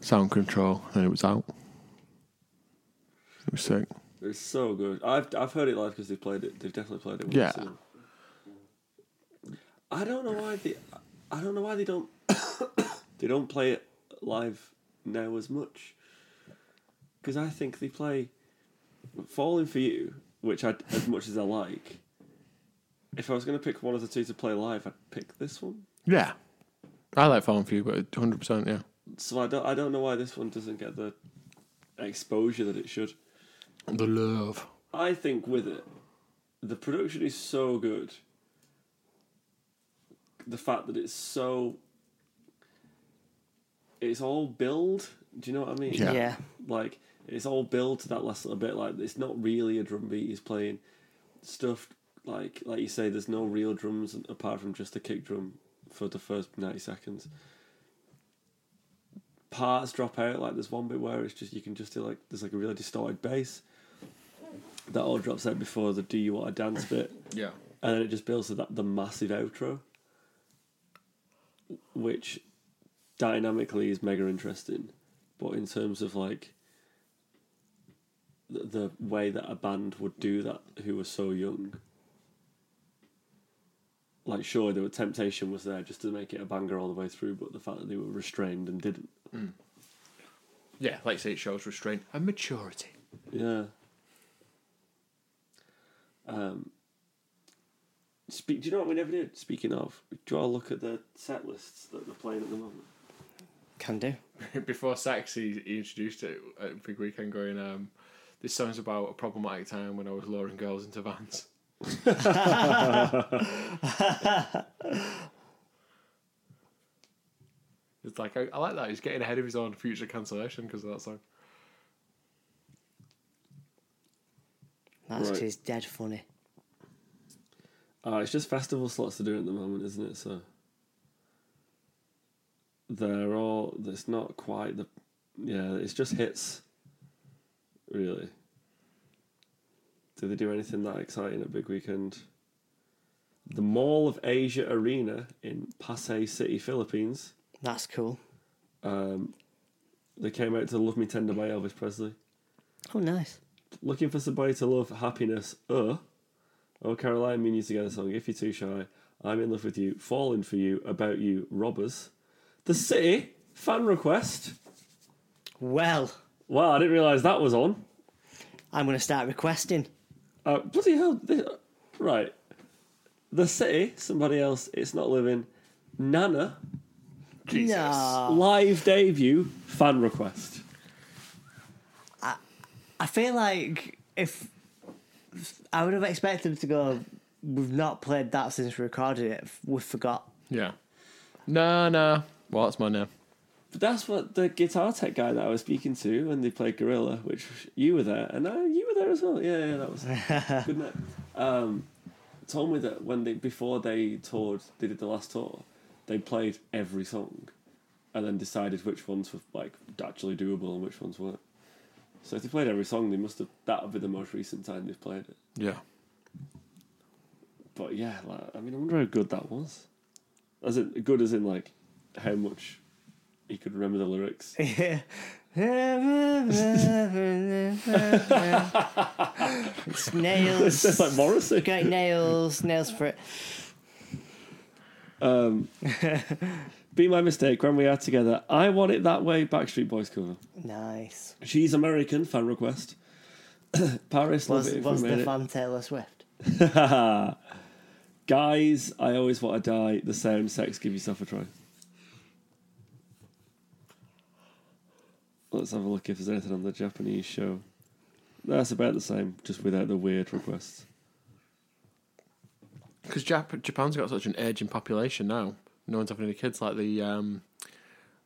B: sound control and it was out. It was sick.
A: It's so good. I've I've heard it live because they've played it. They've definitely played it. Once
B: Yeah.
A: and- I don't know why they. I don't know why they don't. they don't play it live now as much. Because I think they play "Falling for You," which I as much as I like. If I was going to pick one of the two to play live, I'd pick this one.
B: Yeah, I like Fallen for You, but hundred percent yeah.
A: So I don't. I don't know why this one doesn't get the exposure that it should.
B: The love.
A: I think with it, the production is so good. The fact that it's so. It's all build. Do you know what I mean?
B: Yeah.
C: yeah.
A: Like, it's all build to that last little bit. Like, it's not really a drum beat. He's playing stuff, like like you say, there's no real drums apart from just a kick drum for the first 90 seconds. Parts drop out. Like, there's one bit where it's just, you can just do, like, there's like a really distorted bass that all drops out before the "Do You Want to Dance" bit,
B: Yeah.
A: and then it just builds to that the massive outro, which dynamically is mega interesting, but in terms of like the, the way that a band would do that, who was so young, like sure the temptation was there just to make it a banger all the way through, but the fact that they were restrained and didn't,
B: Yeah, like you say, it shows restraint and maturity.
A: Yeah. Um. Speak. Do you know what we never did? Speaking of, do you want to look at the set lists that they're playing at the moment?
C: Can do.
B: Before Sex, he, he introduced it at Big Weekend going, um, This song's about a problematic time when I was luring girls into vans. it's like, I, I like that. He's getting ahead of his own future cancellation because of that song.
C: That's
A: Right.
C: because it's dead funny.
A: Uh, it's just festival slots to do at the moment, isn't it? So they're all. It's not quite the. Yeah, it's just hits. Really. Do they do anything that exciting at Big Weekend? The Mall of Asia Arena in Pasay City, Philippines.
C: That's cool.
A: Um, they came out to "Love Me Tender" by Elvis Presley.
C: Oh, nice.
A: Looking for somebody to love, happiness. Uh, oh Caroline, me and you together song. If you're too shy, I'm in love with you. Falling for you, about you, robbers. The city fan request.
C: Well,
A: Wow, I didn't realise that was on.
C: I'm going to start requesting.
A: Uh, bloody hell! They, right, the city. Somebody else. It's not living. Nana
B: Jesus.
C: Nah.
A: live debut fan request.
C: I feel like if I would have expected them to go, we've not played that since we recorded it. We forgot.
B: Yeah. No, no. Well, that's my name.
A: But that's what the guitar tech guy that I was speaking to when they played Gorilla, which you were there, and I, you were there as well. Yeah, yeah, that was good night. Um, told me that when they before they toured, they did the last tour, they played every song, and then decided which ones were like actually doable and which ones weren't. So if they played every song, they must have that would be the most recent time they've played it.
B: Yeah.
A: But yeah, like, I mean, I wonder how good that was. As in, good as in like how much he could remember the lyrics.
C: it's
A: It's
C: nails.
A: like Morrissey.
C: Great nails, nails for it.
A: Be my mistake when we are together. I want it that way. Backstreet Boys cover.
C: Nice.
A: She's American. Fan request. Paris.
C: Was
A: love it if
C: was
A: we
C: the
A: made
C: fan Taylor Swift?
A: it. Guys, I always want to die. The sound, sex, give yourself a try. Let's have a look if there's anything on the Japanese show. That's about the same, just without the weird requests.
B: Because Jap- Japan's got such an aging population now. No one's having any kids. Like the um,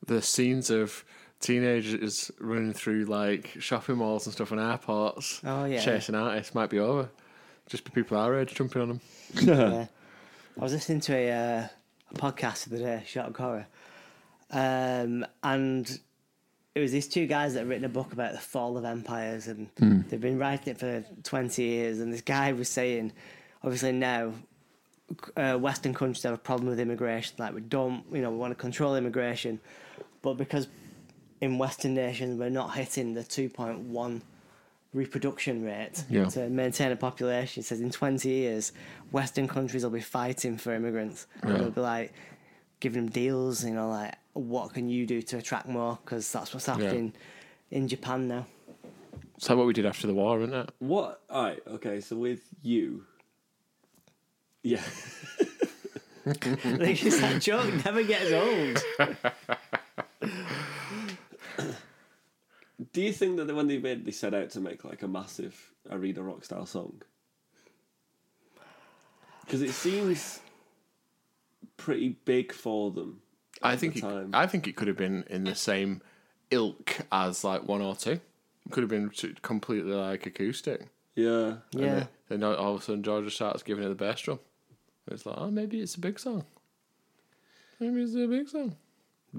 B: the scenes of teenagers running through like shopping malls and stuff and airports,
C: Oh, yeah.
B: chasing artists might be over. Just be people our age jumping on them.
C: Yeah. I was listening to a, uh, a podcast the other day, Sharp Horror, um, and it was these two guys that had written a book about the fall of empires, and they've been writing it for 20 years. And this guy was saying, obviously, now uh, Western countries have a problem with immigration, like we don't, you know, we want to control immigration, but because in Western nations we're not hitting the 2.1 reproduction rate
B: Yeah.
C: to Uh, maintain a population. It says in 20 years, Western countries will be fighting for immigrants. And
B: Yeah.
C: They'll be like giving them deals, you know, like what can you do to attract more? Because that's what's happening in Japan now.
B: It's like what we did after the war, isn't it?
A: What? All right. Okay. So with you, yeah.
C: Like, it's that joke never gets old.
A: Do you think that when they made, they set out to make like a massive arena rock style song? Because it seems pretty big for them.
B: I think
A: the
B: it,
A: time.
B: I think it could have been in the same ilk as like one or two. It could have been t- completely like acoustic.
A: Yeah.
C: Yeah.
B: And then all all of a sudden Georgia starts giving it the bass drum. It's like, oh, maybe it's a big song. Maybe it's a big song.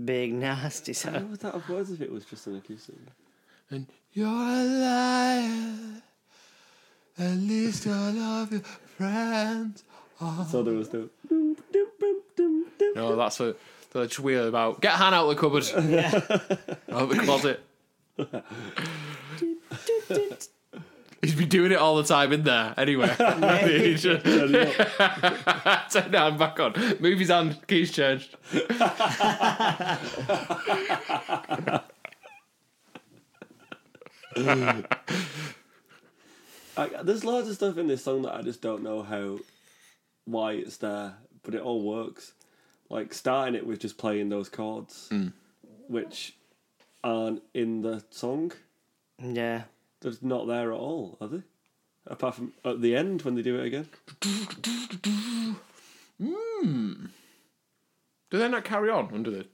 C: Big nasty sound.
A: How would that have worked if it was just an acoustic?
B: And you're alive. At least all of your friends.
A: So there was no. doom, doom, boom, doom, doom.
B: No, that's what they're just weird about. Get Han out of the cupboard. Yeah. out of the closet. He's been doing it all the time in there, anyway. He just-
A: Turn it up.
B: Turn the hand back on. Move his hand. Keys changed.
A: I, there's loads of stuff in this song that I just don't know how, why it's there, but it all works. Like starting it with just playing those chords, which aren't in the song.
C: Yeah.
A: They're not there at all, are they? Apart from at the end when they do it again.
B: Do they not carry on under the?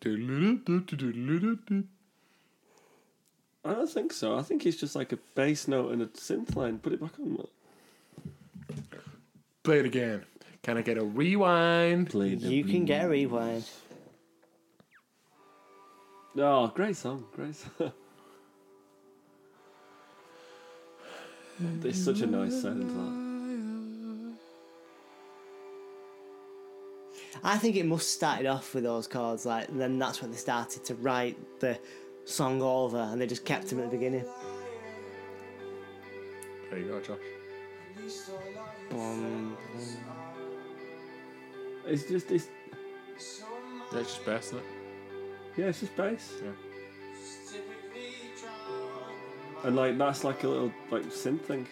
A: I don't think so. I think it's just like a bass note and a synth line. Put it back on.
B: Play it again. Can I get a rewind?
A: Played
C: You can get a rewind.
A: Oh, great song, great song. it's such a nice sound.
C: I think it must started off with those chords, like and then that's when they started to write the song over, and they just kept them at the beginning.
B: There you go, Josh.
C: Um,
A: That. It's just it's
B: That's just best, isn't it?
A: yeah, it's just bass.
B: Yeah.
A: And like that's like a little like synth thing.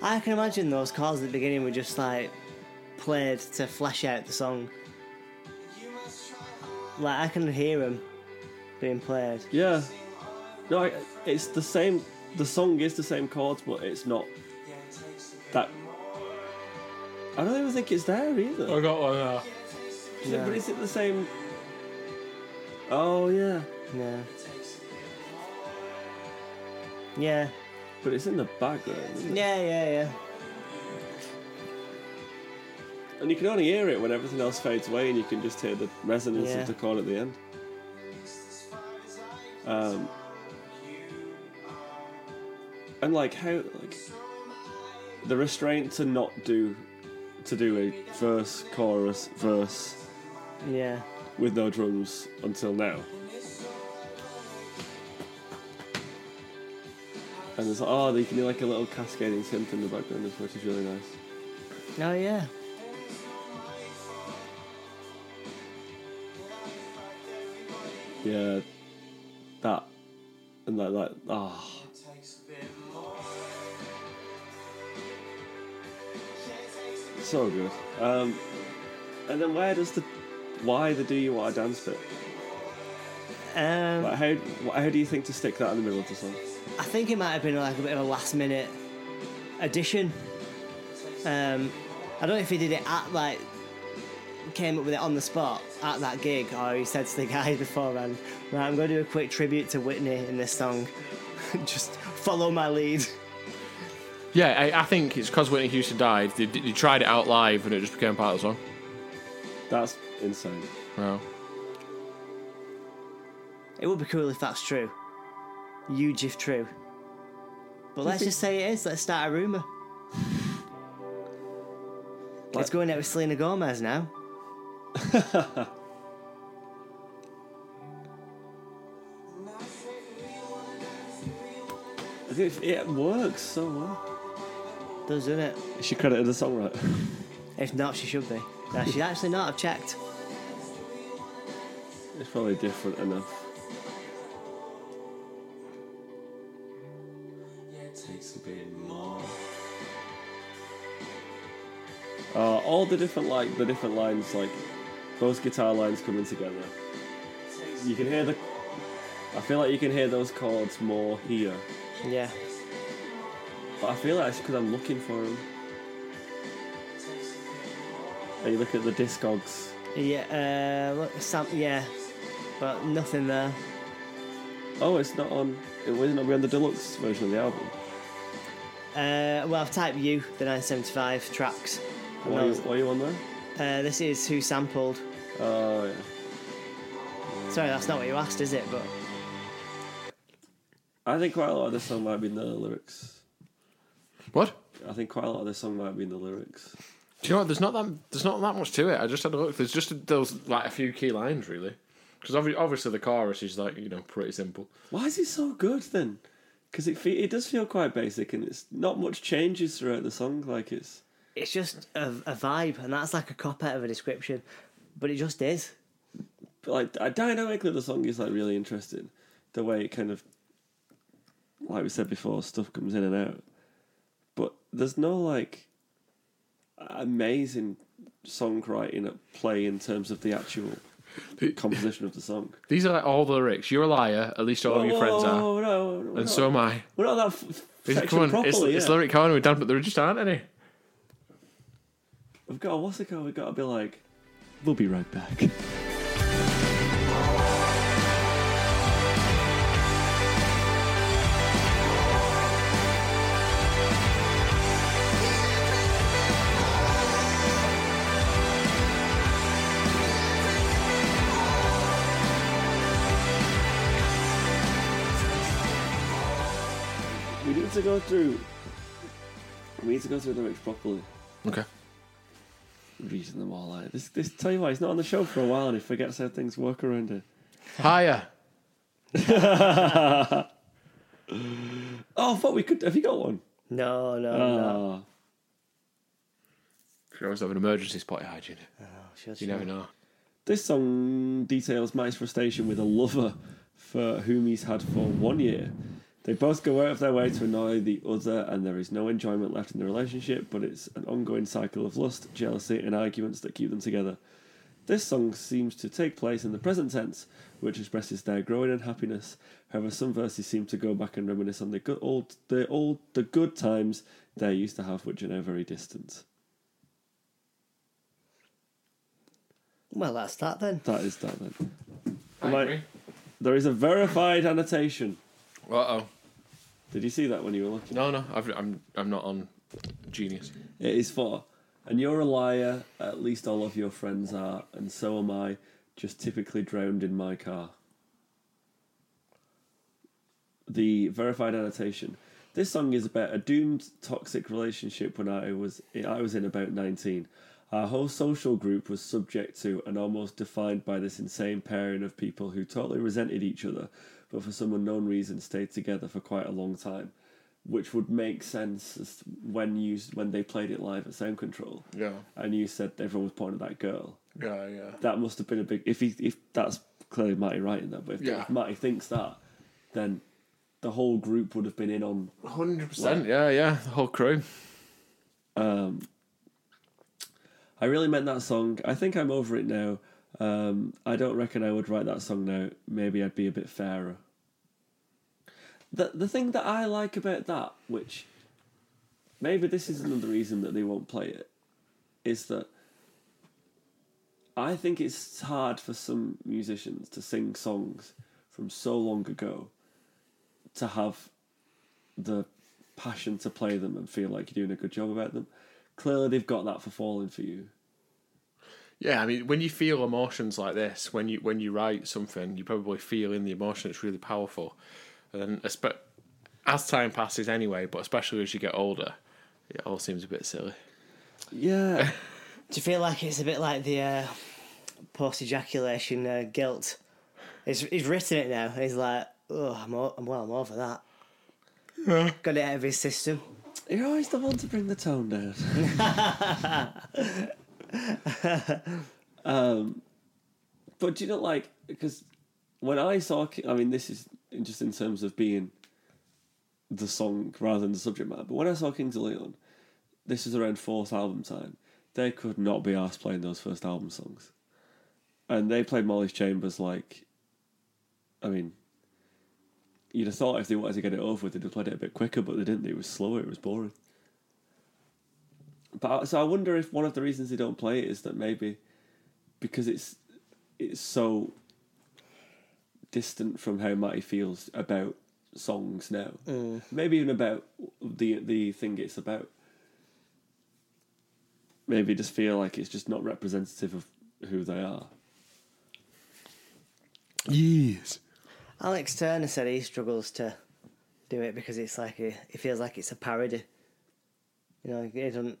C: I can imagine those chords at the beginning were just like played to flesh out the song. Like I can hear them being played.
A: Yeah. No, I, it's the same. The song is the same chords, but it's not that. I don't even think it's there either.
B: I got one. Uh,
A: Yeah, But is it the same? Oh yeah,
C: Yeah. Yeah.
A: but it's in the background. Isn't it?
C: Yeah. Yeah. Yeah.
A: And you can only hear it when everything else fades away, and you can just hear the resonance
C: Yeah.
A: of the chord at the end. Um, and like how like the restraint to not do to do a verse, chorus, verse
C: Yeah.
A: with no drums until now. And it's like, oh, they can do like a little cascading synth in the background, as well, which is really nice.
C: Oh yeah.
A: Yeah, that and that, like, ah, so good. Um, and then where does the why the do you want to dance bit?
C: Um,
A: Like, how wh- how do you think to stick that in the middle of the song?
C: I think it might have been like a bit of a last minute addition. Um, I don't know if he did it at like came up with it on the spot at that gig, or he said to the guys beforehand, "Right, I'm going to do a quick tribute to Whitney in this song. Just follow my lead."
B: Yeah, I, I think it's because Whitney Houston died. They, they tried it out live and it just became part of the song.
A: That's insane.
B: Wow.
C: It would be cool if that's true. Huge if true. But let's just say it is. Let's start a rumor. It's going out with Selena Gomez now.
A: I think It, it works so well.
C: Does, doesn't it?
A: Is she credited the songwriter?
C: If not, she should be. No, she's actually not. I've checked.
A: It's probably different enough. Uh, all the different like the different lines, like those guitar lines coming together. You can hear the. I feel like you can hear those chords more here,
C: Yeah.
A: but I feel like it's because I'm looking for them. And you look at the discogs.
C: Yeah. Uh, look, some. Yeah. But nothing there.
A: Oh, it's not on. It was not be on the deluxe version of the album.
C: Uh, well, I've typed you the 975 tracks.
A: Why are you, why are you on there?
C: Uh, this is who sampled.
A: Oh yeah.
C: Sorry, that's not what you asked, is it? But
A: I think quite a lot of this song might be in the lyrics.
B: What?
A: I think quite a lot of this song might be in the lyrics.
B: Do you know what? There's not that there's not that much to it. I just had a look. There's just those like a few key lines really, because obviously the chorus is like you know pretty simple.
A: Why is it so good then? Because it fe- it does feel quite basic, and it's not much changes throughout the song. Like it's
C: it's just a, a vibe, and that's like a cop out of a description. But it just is.
A: but, like uh, dynamically, the song is like really interesting. The way it kind of, like we said before, stuff comes in and out. But there's no like amazing songwriting at play in terms of the actual composition of the song.
B: These are like all the lyrics. You're a liar. At least all of your friends are,
A: Whoa, Oh, no, no,
B: and
A: no.
B: so am I.
A: We're not that f- f-
B: It's,
A: section
B: come on,
A: properly.
B: it's, it's
A: yeah.
B: lyric corner. We're done, but there just aren't any.
A: We've got a what's it called? We've got to be like, we'll be right back. We need to go through. We need to go through the lyrics properly
B: Okay.
A: reading them all out. This, this tell you what, he's not on the show for a while and he forgets how things work around here.
B: Higher.
A: Oh, fuck, we could. Have you got one?
C: No, no, Oh, no.
A: Ah,
B: If you always have an emergency spot hygiene, Oh.
C: Sure,
B: you
C: sure.
B: never know.
A: this song details Mike's frustration with a lover for whom he's had for one year. They both go out of their way to annoy the other, and there is no enjoyment left in the relationship, but it's an ongoing cycle of lust, jealousy, and arguments that keep them together. This song seems to take place in the present tense, which expresses their growing unhappiness. However, some verses seem to go back and reminisce on the good old, the old, the good times they used to have, which are now very distant.
C: Well, that's that then.
A: That is that then.
B: I
A: Like-
B: agree.
A: There is a verified annotation.
B: Uh oh.
A: Did you see that when you were looking?
B: No, no. I've, I'm I'm not on genius.
A: It is for, and you're a liar. At least all of your friends are, and so am I. Just typically drowned in my car. The verified annotation. This song is about a doomed toxic relationship when I was I was in about 19. Our whole social group was subject to and almost defined by this insane pairing of people who totally resented each other, but for some unknown reason stayed together for quite a long time, which would make sense as when you when they played it live at Sound Control.
B: Yeah.
A: And you said everyone was pointing at that girl
B: Yeah, yeah.
A: that must have been a big if he if that's clearly Matty writing that, but if,
B: Yeah.
A: if Matty thinks that, then the whole group would have been in on.
B: 100%. Yeah, yeah. The whole crew.
A: I really meant that song. I think I'm over it now. Um, I don't reckon I would write that song now. Maybe I'd be a bit fairer. The the thing that I like about that, which maybe this is another reason that they won't play it, is that I think it's hard for some musicians to sing songs from so long ago to have the passion to play them and feel like you're doing a good job about them. Clearly, they've got that for falling for you.
B: Yeah, I mean, when you feel emotions like this, when you when you write something, you probably feel in the emotion. It's really powerful, and then espe- as time passes, anyway, but especially as you get older, it all seems a bit silly.
A: Yeah,
C: Do you feel like it's a bit like the uh, post ejaculation uh, guilt? He's, he's written it now. He's like, oh, I'm, o- I'm well, I'm over that. Got it out of his system.
A: you're always the one to bring the tone down. um, Um, but do you know, like, because when I saw, Ki- I mean, this is just in terms of being the song rather than the subject matter. But when I saw Kings of Leon, this is around fourth album time. They could not be asked playing those first album songs, and they played Molly's Chambers like, I mean, you'd have thought if they wanted to get it over with, they'd have played it a bit quicker, but they didn't. It was slower. It was boring. But I- so I wonder if one of the reasons they don't play it is that maybe because it's it's so distant from how Matty feels about songs now. Maybe even about the the thing it's about. Maybe just feel like it's just not representative of who they are.
B: Yes.
C: Alex Turner said he struggles to do it because it's like a, it feels like it's a parody. You know, it doesn't.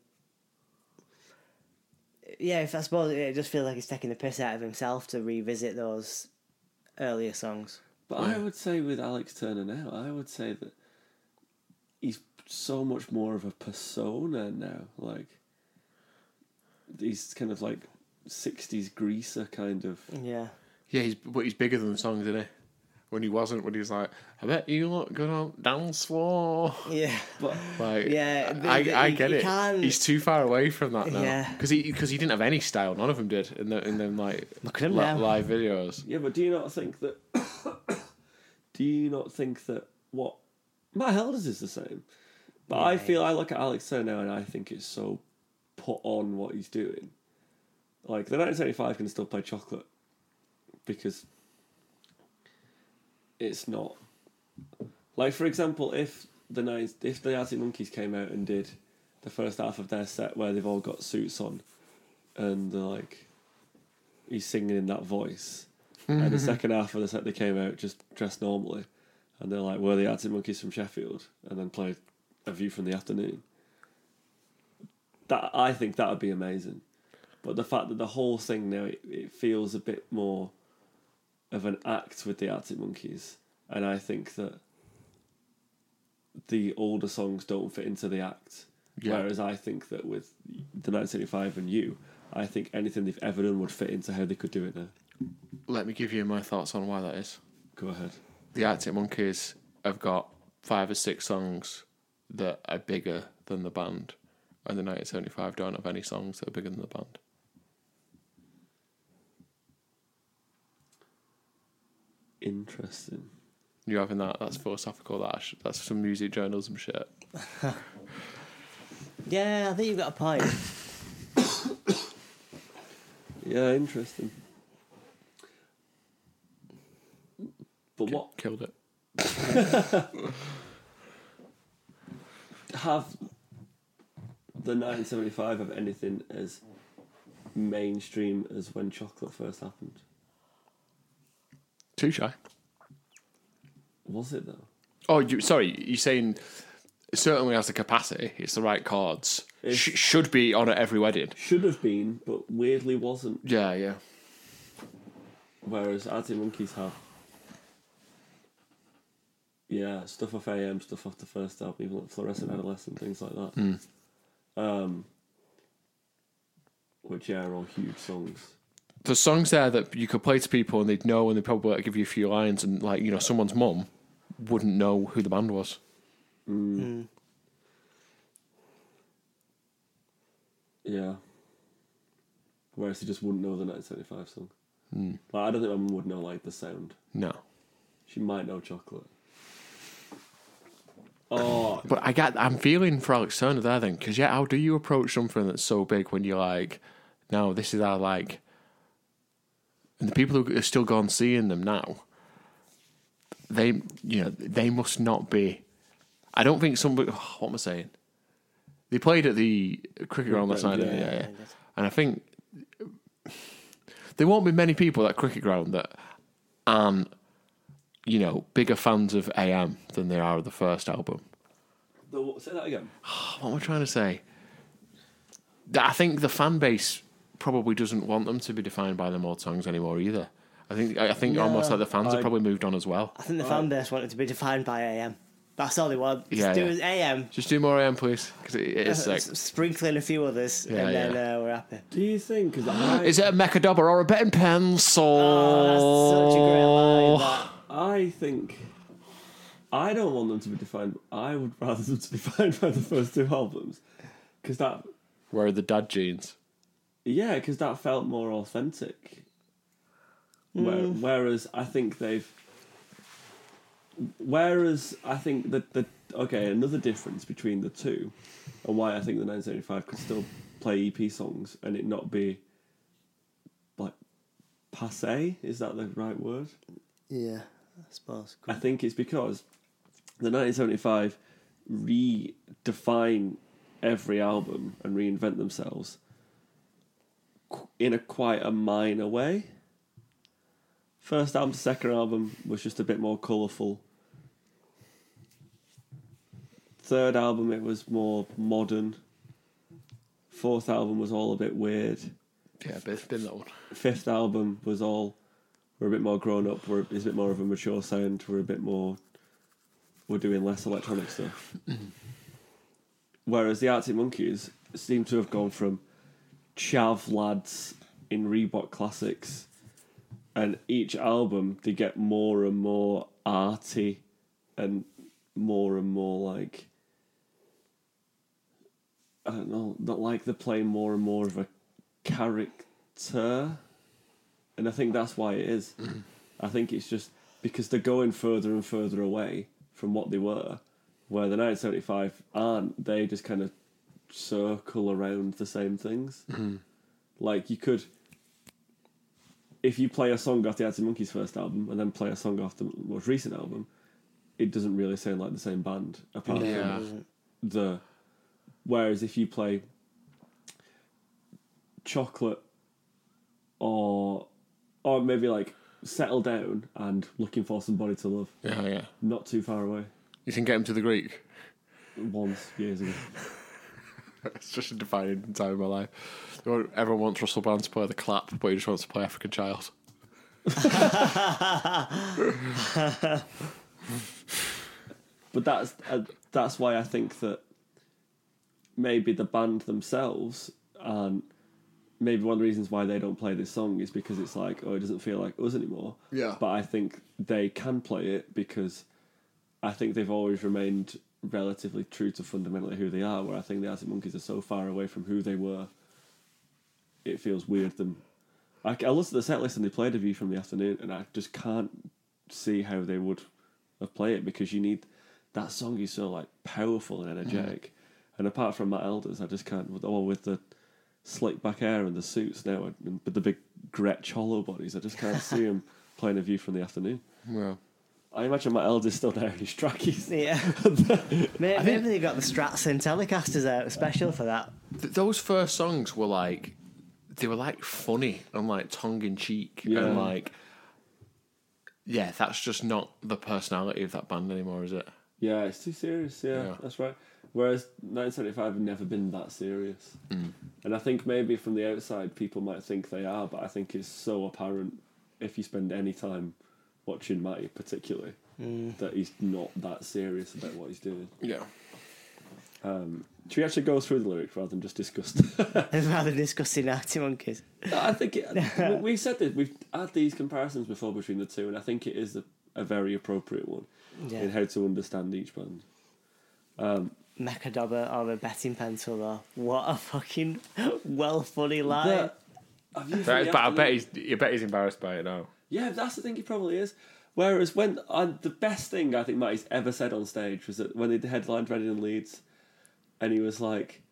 C: Yeah, if I suppose it just feels like he's taking the piss out of himself to revisit those earlier songs.
A: But I would say with Alex Turner now, I would say that he's so much more of a persona now. Like he's kind of like '60s greaser kind of.
C: Yeah.
B: Yeah, he's but he's bigger than the songs, isn't he? When he wasn't, when he was like, "I bet you lot going on dance floor."
C: Yeah.
A: But
B: Like,
C: Yeah, the-
B: I,
C: the-
B: I
C: he-
B: get
C: he
B: it.
C: can't-
B: He's too far away from that now.
C: Yeah.
B: because he because he didn't have any style. None of them did in the in them like
C: Look at him
B: li-
C: now.
B: live videos.
A: yeah, but do you not think that? do you not think that what Matt Helders is the same? But I feel I look at Alex Turner now and I think it's so put on what he's doing. Like the 1975 can still play chocolate because it's not like for example if the nine if the Arctic Monkeys came out and did the first half of their set where they've all got suits on and they're like he's singing in that voice and the second half of the set they came out just dressed normally and they're like were the Arctic Monkeys from Sheffield and then played A View from the Afternoon that I think that would be amazing but the fact that the whole thing now it, it feels a bit more of an act with the Arctic Monkeys, and I think that the older songs don't fit into the act.
B: Yeah.
A: Whereas I think that with the 1985 and you, I think anything they've ever done would fit into how they could do it now.
B: Let me give you my thoughts on why that is.
A: Go ahead.
B: the Arctic Monkeys have got five or six songs that are bigger than the band, and the 1975 don't have any songs that are bigger than the band.
A: Interesting.
B: You're having that? That's philosophical. That sh- that's some music journalism shit.
C: Yeah, I think you've got a point.
A: Yeah, interesting. But what
B: Killed it.
A: have the 1975 of anything as mainstream as when chocolate first happened?
B: Too shy.
A: Was it though?
B: Oh, you sorry. You're saying it certainly has the capacity. It's the right chords. Sh- should be on at every wedding.
A: Should have been, but weirdly wasn't.
B: Yeah, yeah.
A: Whereas Arctic Monkeys have. Yeah, stuff off AM, stuff off the first album, even like Fluorescent Adolescent, things like that. Um, which yeah, are all huge songs.
B: There's songs there that you could play to people and they'd know and they'd probably like, give you a few lines and like you know someone's mum wouldn't know who the band was.
A: Yeah. Whereas you just wouldn't know the 1975 song. Like, I don't think my mum would know like the sound.
B: No,
A: She might know Chocolate. Oh,
B: but I got I'm feeling for Alex Turner there then because yeah, how do you approach something that's so big when you're like, no, this is our like, and the people who are still gone seeing them now, they you know they must not be. I don't think somebody. What am I saying? They played at the cricket ground last night, didn't they?
A: yeah,
B: yeah, yeah. and I think there won't be many people at cricket ground that aren't you know bigger fans of AM than they are of the first album
A: the, say that again.
B: what am I trying to say? That I think the fan base probably doesn't want them to be defined by them old songs anymore either. I think I think
C: No,
B: almost like the fans
A: I-
B: have probably moved on as well.
C: I think the fan base wanted to be defined by AM. That's all they want. Just
B: Yeah,
C: do
B: yeah.
C: it AM.
B: Just do more AM, please, because it, it is sick.
C: S- Sprinkle in a few others,
B: Yeah,
C: and then
B: yeah.
C: uh, we're happy.
A: Do you think? Because I,
B: Is it a mechadobber or a betting pencil?
C: Oh, that's such a great line. That.
B: Oh.
A: I think I don't want them to be defined. I would rather them to be defined by the first two albums, because that
B: Where are the dad jeans?
A: yeah, because that felt more authentic. Where, whereas I think they've. Whereas I think that the okay another difference between the two, and why I think the 1975 could still play EP songs and it not be like passe is that the right word?
C: Yeah, I suppose.
A: I think it's because the 1975 redefine every album and reinvent themselves qu- in a quite a minor way. First album to second album was just a bit more colourful. Third album, it was more modern. Fourth album was all a bit weird.
B: Yeah, but it's been that one.
A: Fifth album was all we're a bit more grown up. We're it's a bit more of a mature sound. We're a bit more. We're doing less electronic stuff. Whereas the Arctic Monkeys seem to have gone from chav lads in Reebok classics, and each album they get more and more arty, and more and more like. I don't know, not like they're playing more and more of a character and I think that's why it is. I think it's just because they're going further and further away from what they were, where the 1975 aren't. They just kind of circle around the same things. Like you could, if you play a song off the Arctic Monkeys first album and then play a song off the most recent album, it doesn't really sound like the same band apart
B: Yeah.
A: from the. Whereas if you play chocolate or or maybe like settle down and looking for somebody to love
B: Yeah, yeah.
A: not too far away
B: You can get him to the Greek.
A: once years ago
B: It's just a defining time in my life. Everyone wants Russell Brand to play the clap, but he just wants to play African Child.
A: but that's uh, that's why i think that maybe the band themselves and maybe one of the reasons why they don't play this song is because it's like oh it doesn't feel like us anymore
B: Yeah.
A: but i think they can play it because i think they've always remained relatively true to fundamentally who they are where i think the Arctic monkeys are so far away from who they were it feels weird them I, I listened to the set list and they played a view from the afternoon and I just can't see how they would have played it because you need that song is so like powerful and energetic and apart from Matt Elders I just can't with all with the slick back hair and the suits now and, and with the big Gretsch hollow bodies I just can't see him playing a view from the afternoon
B: Yeah.
A: I imagine Matt Elders still there in his trackies
C: Yeah. maybe, maybe they got the Strats and Telecasters out special for that.
B: th- those first songs were like they were like funny and like tongue in cheek
A: Yeah.
B: and like yeah, that's just not the personality of that band anymore, is it?
A: Yeah, it's too serious. Yeah,
B: Yeah.
A: that's right. Whereas 1975 had never been that serious,
B: Mm.
A: and I think maybe from the outside people might think they are, but I think it's so apparent if you spend any time watching Matty, particularly, that he's not that serious about what he's doing.
B: Yeah.
A: Should we actually go through the lyrics rather than just discuss? them?
C: It's rather disgusting Artie Monkeys.
A: I think it, we- we said that we've had these comparisons before between the two, and I think it is a, a very appropriate one
C: Yeah.
A: in how to understand each band.
C: Mechadobber or a betting pencil though. What a fucking well funny line.
A: But- have you-
B: But, but I
A: yeah.
B: bet he's, I bet he's embarrassed by it now.
A: Yeah, that's the thing. He probably is. Whereas when uh, the best thing I think Matty's ever said on stage was that when they headlined Reading and Leeds, and he was like,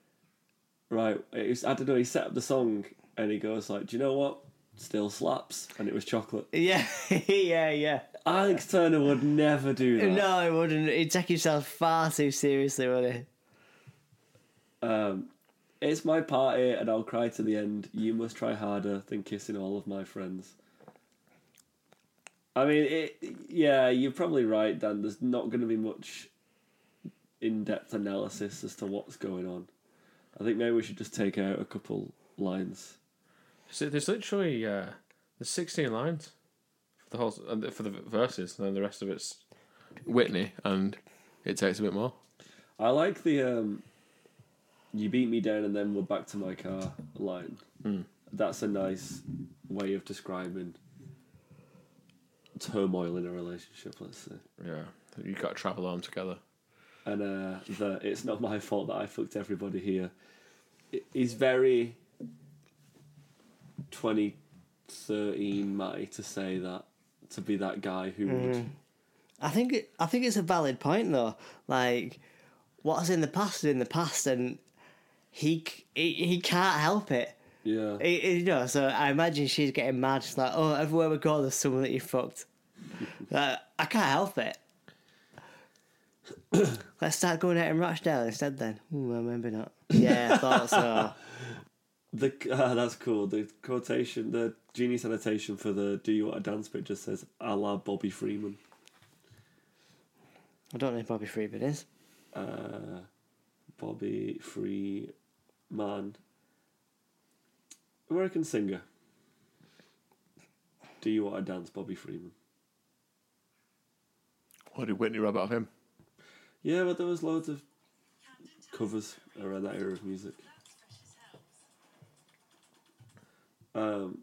A: "Right, it was, I don't know." He set up the song and he goes like, "Do you know what? Still slaps." And it was chocolate.
C: Yeah, yeah, yeah.
A: Alex Turner would never do that.
C: No, he wouldn't. He'd take himself far too seriously, would he?
A: It's my party, and I'll cry to the end. You must try harder than kissing all of my friends. I mean, it, yeah, you're probably right, Dan. There's not going to be much in depth analysis as to what's going on. I think maybe we should just take out a couple lines.
B: So there's literally uh, there's 16 lines for the whole and for the verses, and then the rest of it's Whitney, and it takes a bit more.
A: I like the um, you beat me down and then we're back to my car line. That's a nice way of describing turmoil in a relationship, let's say.
B: Yeah, you got to travel on together.
A: and uh, that it's not my fault that I fucked everybody here. It- It's very 2013 Matty to say that, to be that guy who would.
C: I think it, I think it's a valid point though. Like, what's in the past is in the past, and he c- he, he can't help it.
A: Yeah.
C: He- he- you know, so I imagine she's getting mad. She's like, "Oh, everywhere we go, there's someone that you fucked. like, I can't help it." Let's start going out in Rochdale instead, then. Ooh, well, maybe not. Yeah, I thought so.
A: The, ah, that's cool. The quotation, the genius annotation for the Do You Want to Dance bit just says, a la Bobby Freeman.
C: I don't know if Bobby Freeman is.
A: Uh, Bobby Freeman. American singer. Do You Want to Dance, Bobby Freeman.
B: What did Whitney rob out of him?
A: Yeah, but there was loads of covers around that era of music. Um,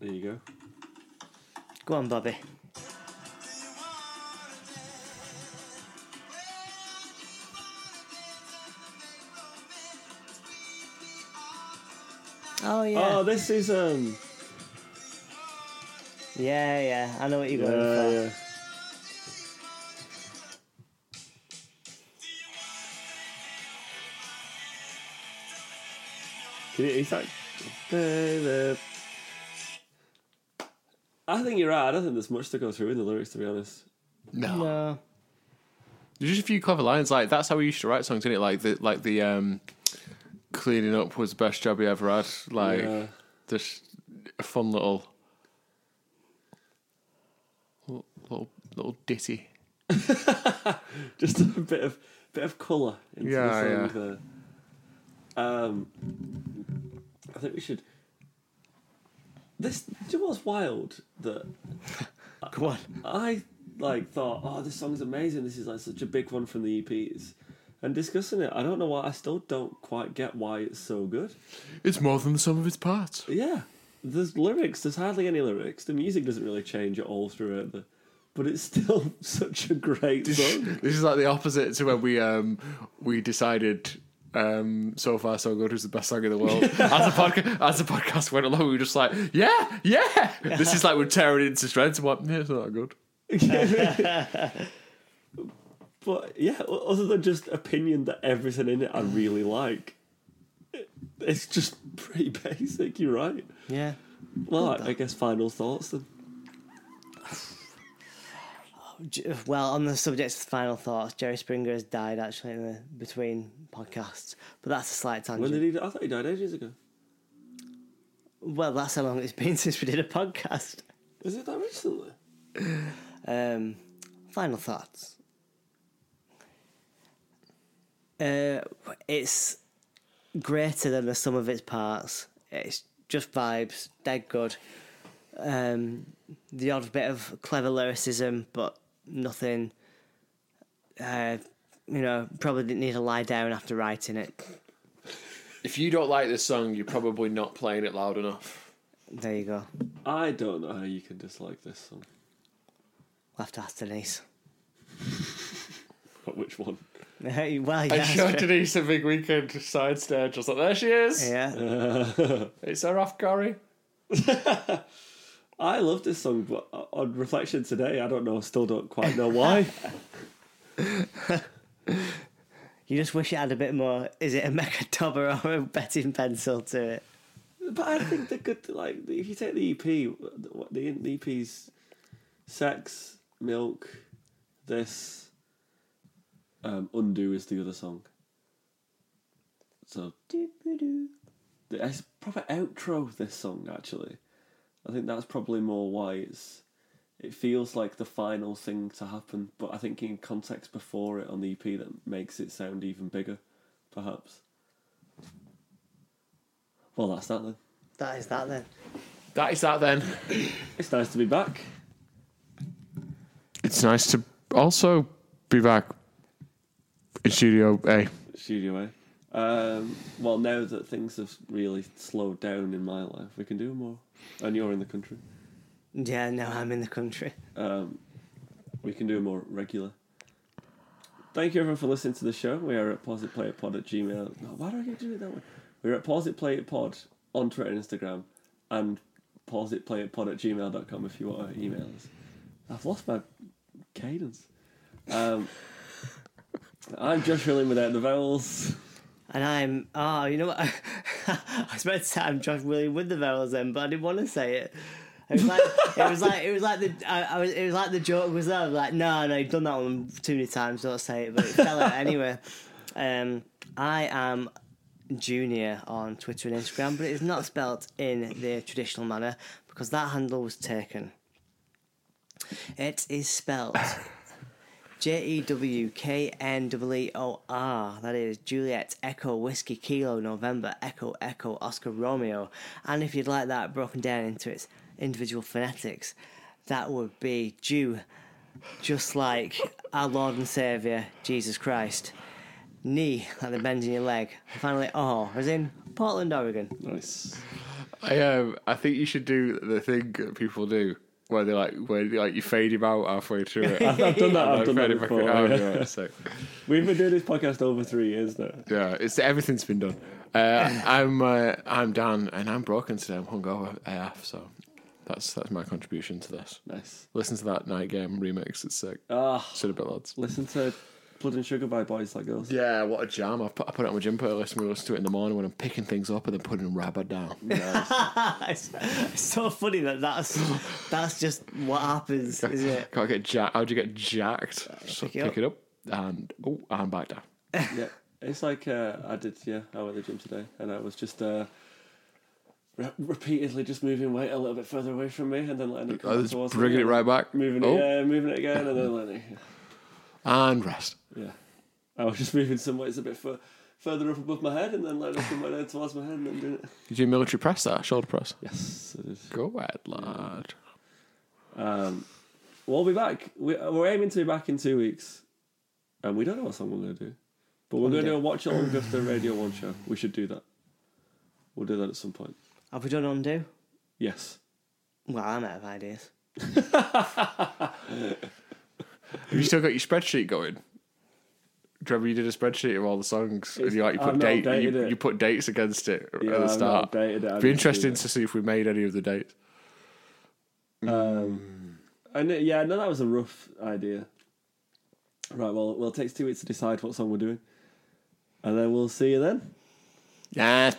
A: there you go.
C: Go on, Bobby. Oh yeah,
A: Oh, this is um.
C: yeah, yeah. I know what you're
A: Yeah,
C: going for.
A: yeah. Can you- He's like, baby. I think you're right. I don't think there's much to go through in the lyrics, to be honest.
C: No.
B: There's just a few clever lines like that's how we used to write songs, isn't it? Like the like the um, cleaning up was the best job you ever had. Like
A: Yeah.
B: just a fun little little little, little ditty.
A: just a bit of bit of colour into
B: Yeah,
A: the song there. Um, I think we should. This do you know what's wild that
C: Go on.
A: I like thought, oh, this song's amazing. This is like such a big one from the EPs. And discussing it, I don't know why. I still don't quite get why it's so good.
B: It's more than the sum of its parts.
A: Yeah, there's lyrics. There's hardly any lyrics. The music doesn't really change at all throughout the, but it's still such a great song.
B: This is like the opposite to when we um we decided um so far so good was the best song in the world. as the podcast as the podcast went along, we were just like, yeah, yeah. This is like we're tearing it into shreds. What? Yeah, it's not that good.
A: But yeah, o- other than just opinion that everything in it I really like, it- it's just pretty basic. You're right.
C: Yeah.
A: Well, I, I guess final thoughts then.
C: J- Well, on the subject of final thoughts, Jerry Springer has died actually in the between podcasts, but that's a slight tangent.
A: When did he? die? I thought he died ages ago.
C: Well, that's how long it's been since we did a podcast.
A: Is it that recently?
C: Um, final thoughts. Uh, it's greater than the sum of its parts. It's just vibes, dead good. Um, the odd bit of clever lyricism, but nothing. Uh, you know, probably didn't need to lie down after writing it.
B: If you don't like this song, you're probably not playing it loud enough.
C: There you go.
A: I don't know how you can dislike this song.
C: We'll have to ask Denise.
A: But which one?
C: well, yeah.
B: I showed Denise a big weekend side stage. I was like, there she is.
C: yeah.
B: It's her off, Corey.
A: I love this song, but uh, on reflection today, I don't know. Still don't quite know why.
C: You just wish it had a bit more. Is it a mecha tobber or a betting pencil to it?
A: but I think the good, like, if you take the EP, what the, the EP's "Sex," "Milk," this, um, "Undo" is the other song. So doo-doo-doo. it's proper outro. This song actually, I think that's probably more why it's. It feels like the final thing to happen, but I think in context before it on the EP that makes it sound even bigger, perhaps. Well, that's that then.
C: That is that then.
B: That is that then.
A: It's nice to be back.
B: It's nice to also be back in Studio A.
A: Studio A. Um, well, now that things have really slowed down in my life, we can do more. And you're in the country.
C: Yeah, no, I'm in the country.
A: We can do more regular. Thank you everyone for listening to the show. We are at pauseittplayitpod at gmail. No, why do I keep doing it that way? We're at pauseittplayitpod on Twitter and Instagram and pauseittplayitpod at gmail.com if you want to email us. I've lost my cadence. Um, I'm Josh Rilling without the vowels.
C: And I'm, oh, you know what? I was meant to say I'm Josh William with the vowels then, but I didn't want to say it. It was like it was like it was like the I, I was it was like the joke was there. I was like no, no, you've done that one too many times. Don't say it, but it fell out anyway. Um, I am Junior on Twitter and Instagram, but it is not spelt in the traditional manner because that handle was taken. It is spelt J E W K N E E O R. That is Juliet Echo Whiskey Kilo November Echo Echo Oscar Romeo. And if you'd like that broken down into its individual phonetics, that would be Jew, just like our Lord and Saviour Jesus Christ. Knee, like the bend in your leg. And finally, oh, as in Portland, Oregon.
A: Nice.
B: I um, I think you should do the thing that people do where they like where they, like you fade him out halfway through it. I've
A: I've done that. I've done that before.
B: Oh,
A: yeah.
B: so,
A: We've been doing this podcast over three years now.
B: yeah, it's everything's been done. Uh, I'm uh, I'm Dan and I'm broken today. I'm hungover AF. So that's that's my contribution to this.
A: Nice.
B: Listen to that night game remix. It's sick.
A: Ah,
B: Should have been lads.
A: listen to Blood and Sugar by Boys Like Girls.
B: Yeah, what a jam! I put, I put it on my gym playlist and we listen to it in the morning when I'm picking things up and then putting rubber down.
C: it's, it's so funny that that's, that's just what happens, is it?
B: Can't get jacked. How'd you get jacked? so
C: pick it
B: pick it up and oh, and back down.
A: yeah. It's like uh, I did, yeah, I went to the gym today and I was just uh, re- repeatedly just moving weight a little bit further away from me and then letting it come
B: I
A: back
B: was
A: towards me
B: bringing it
A: again.
B: right back.
A: Moving
B: oh,
A: it, yeah, moving it again and then letting it.
B: and rest.
A: Yeah. I was just moving some weights a bit fur- further up above my head and then letting it come back down towards my head and then doing it.
B: Did you do military press that shoulder press?
A: Yes, it is.
B: Go ahead, lad.
A: Um, we'll be back. We, we're aiming to be back in two weeks, and we don't know what song we're going to do, but we're going to do a watch along with the Radio One show. We should do that. We'll do that at some point.
C: Have we done undo?
A: Yes.
C: Well, I'm out of ideas.
B: Have you still got your spreadsheet going? Do you remember you did a spreadsheet of all the songs and you like you
A: I've
B: put
A: not
B: date
A: updated
B: you,
A: it.
B: you put dates against it
A: Yeah,
B: at the
A: I've not
B: start.
A: updated it. I
B: Be
A: need to do
B: interesting
A: that.
B: to see if we made any of the dates.
A: And uh, yeah, no, that was a rough idea. Right. Well, well, it takes two weeks to decide what song we're doing, and then we'll see you then.
B: Yeah.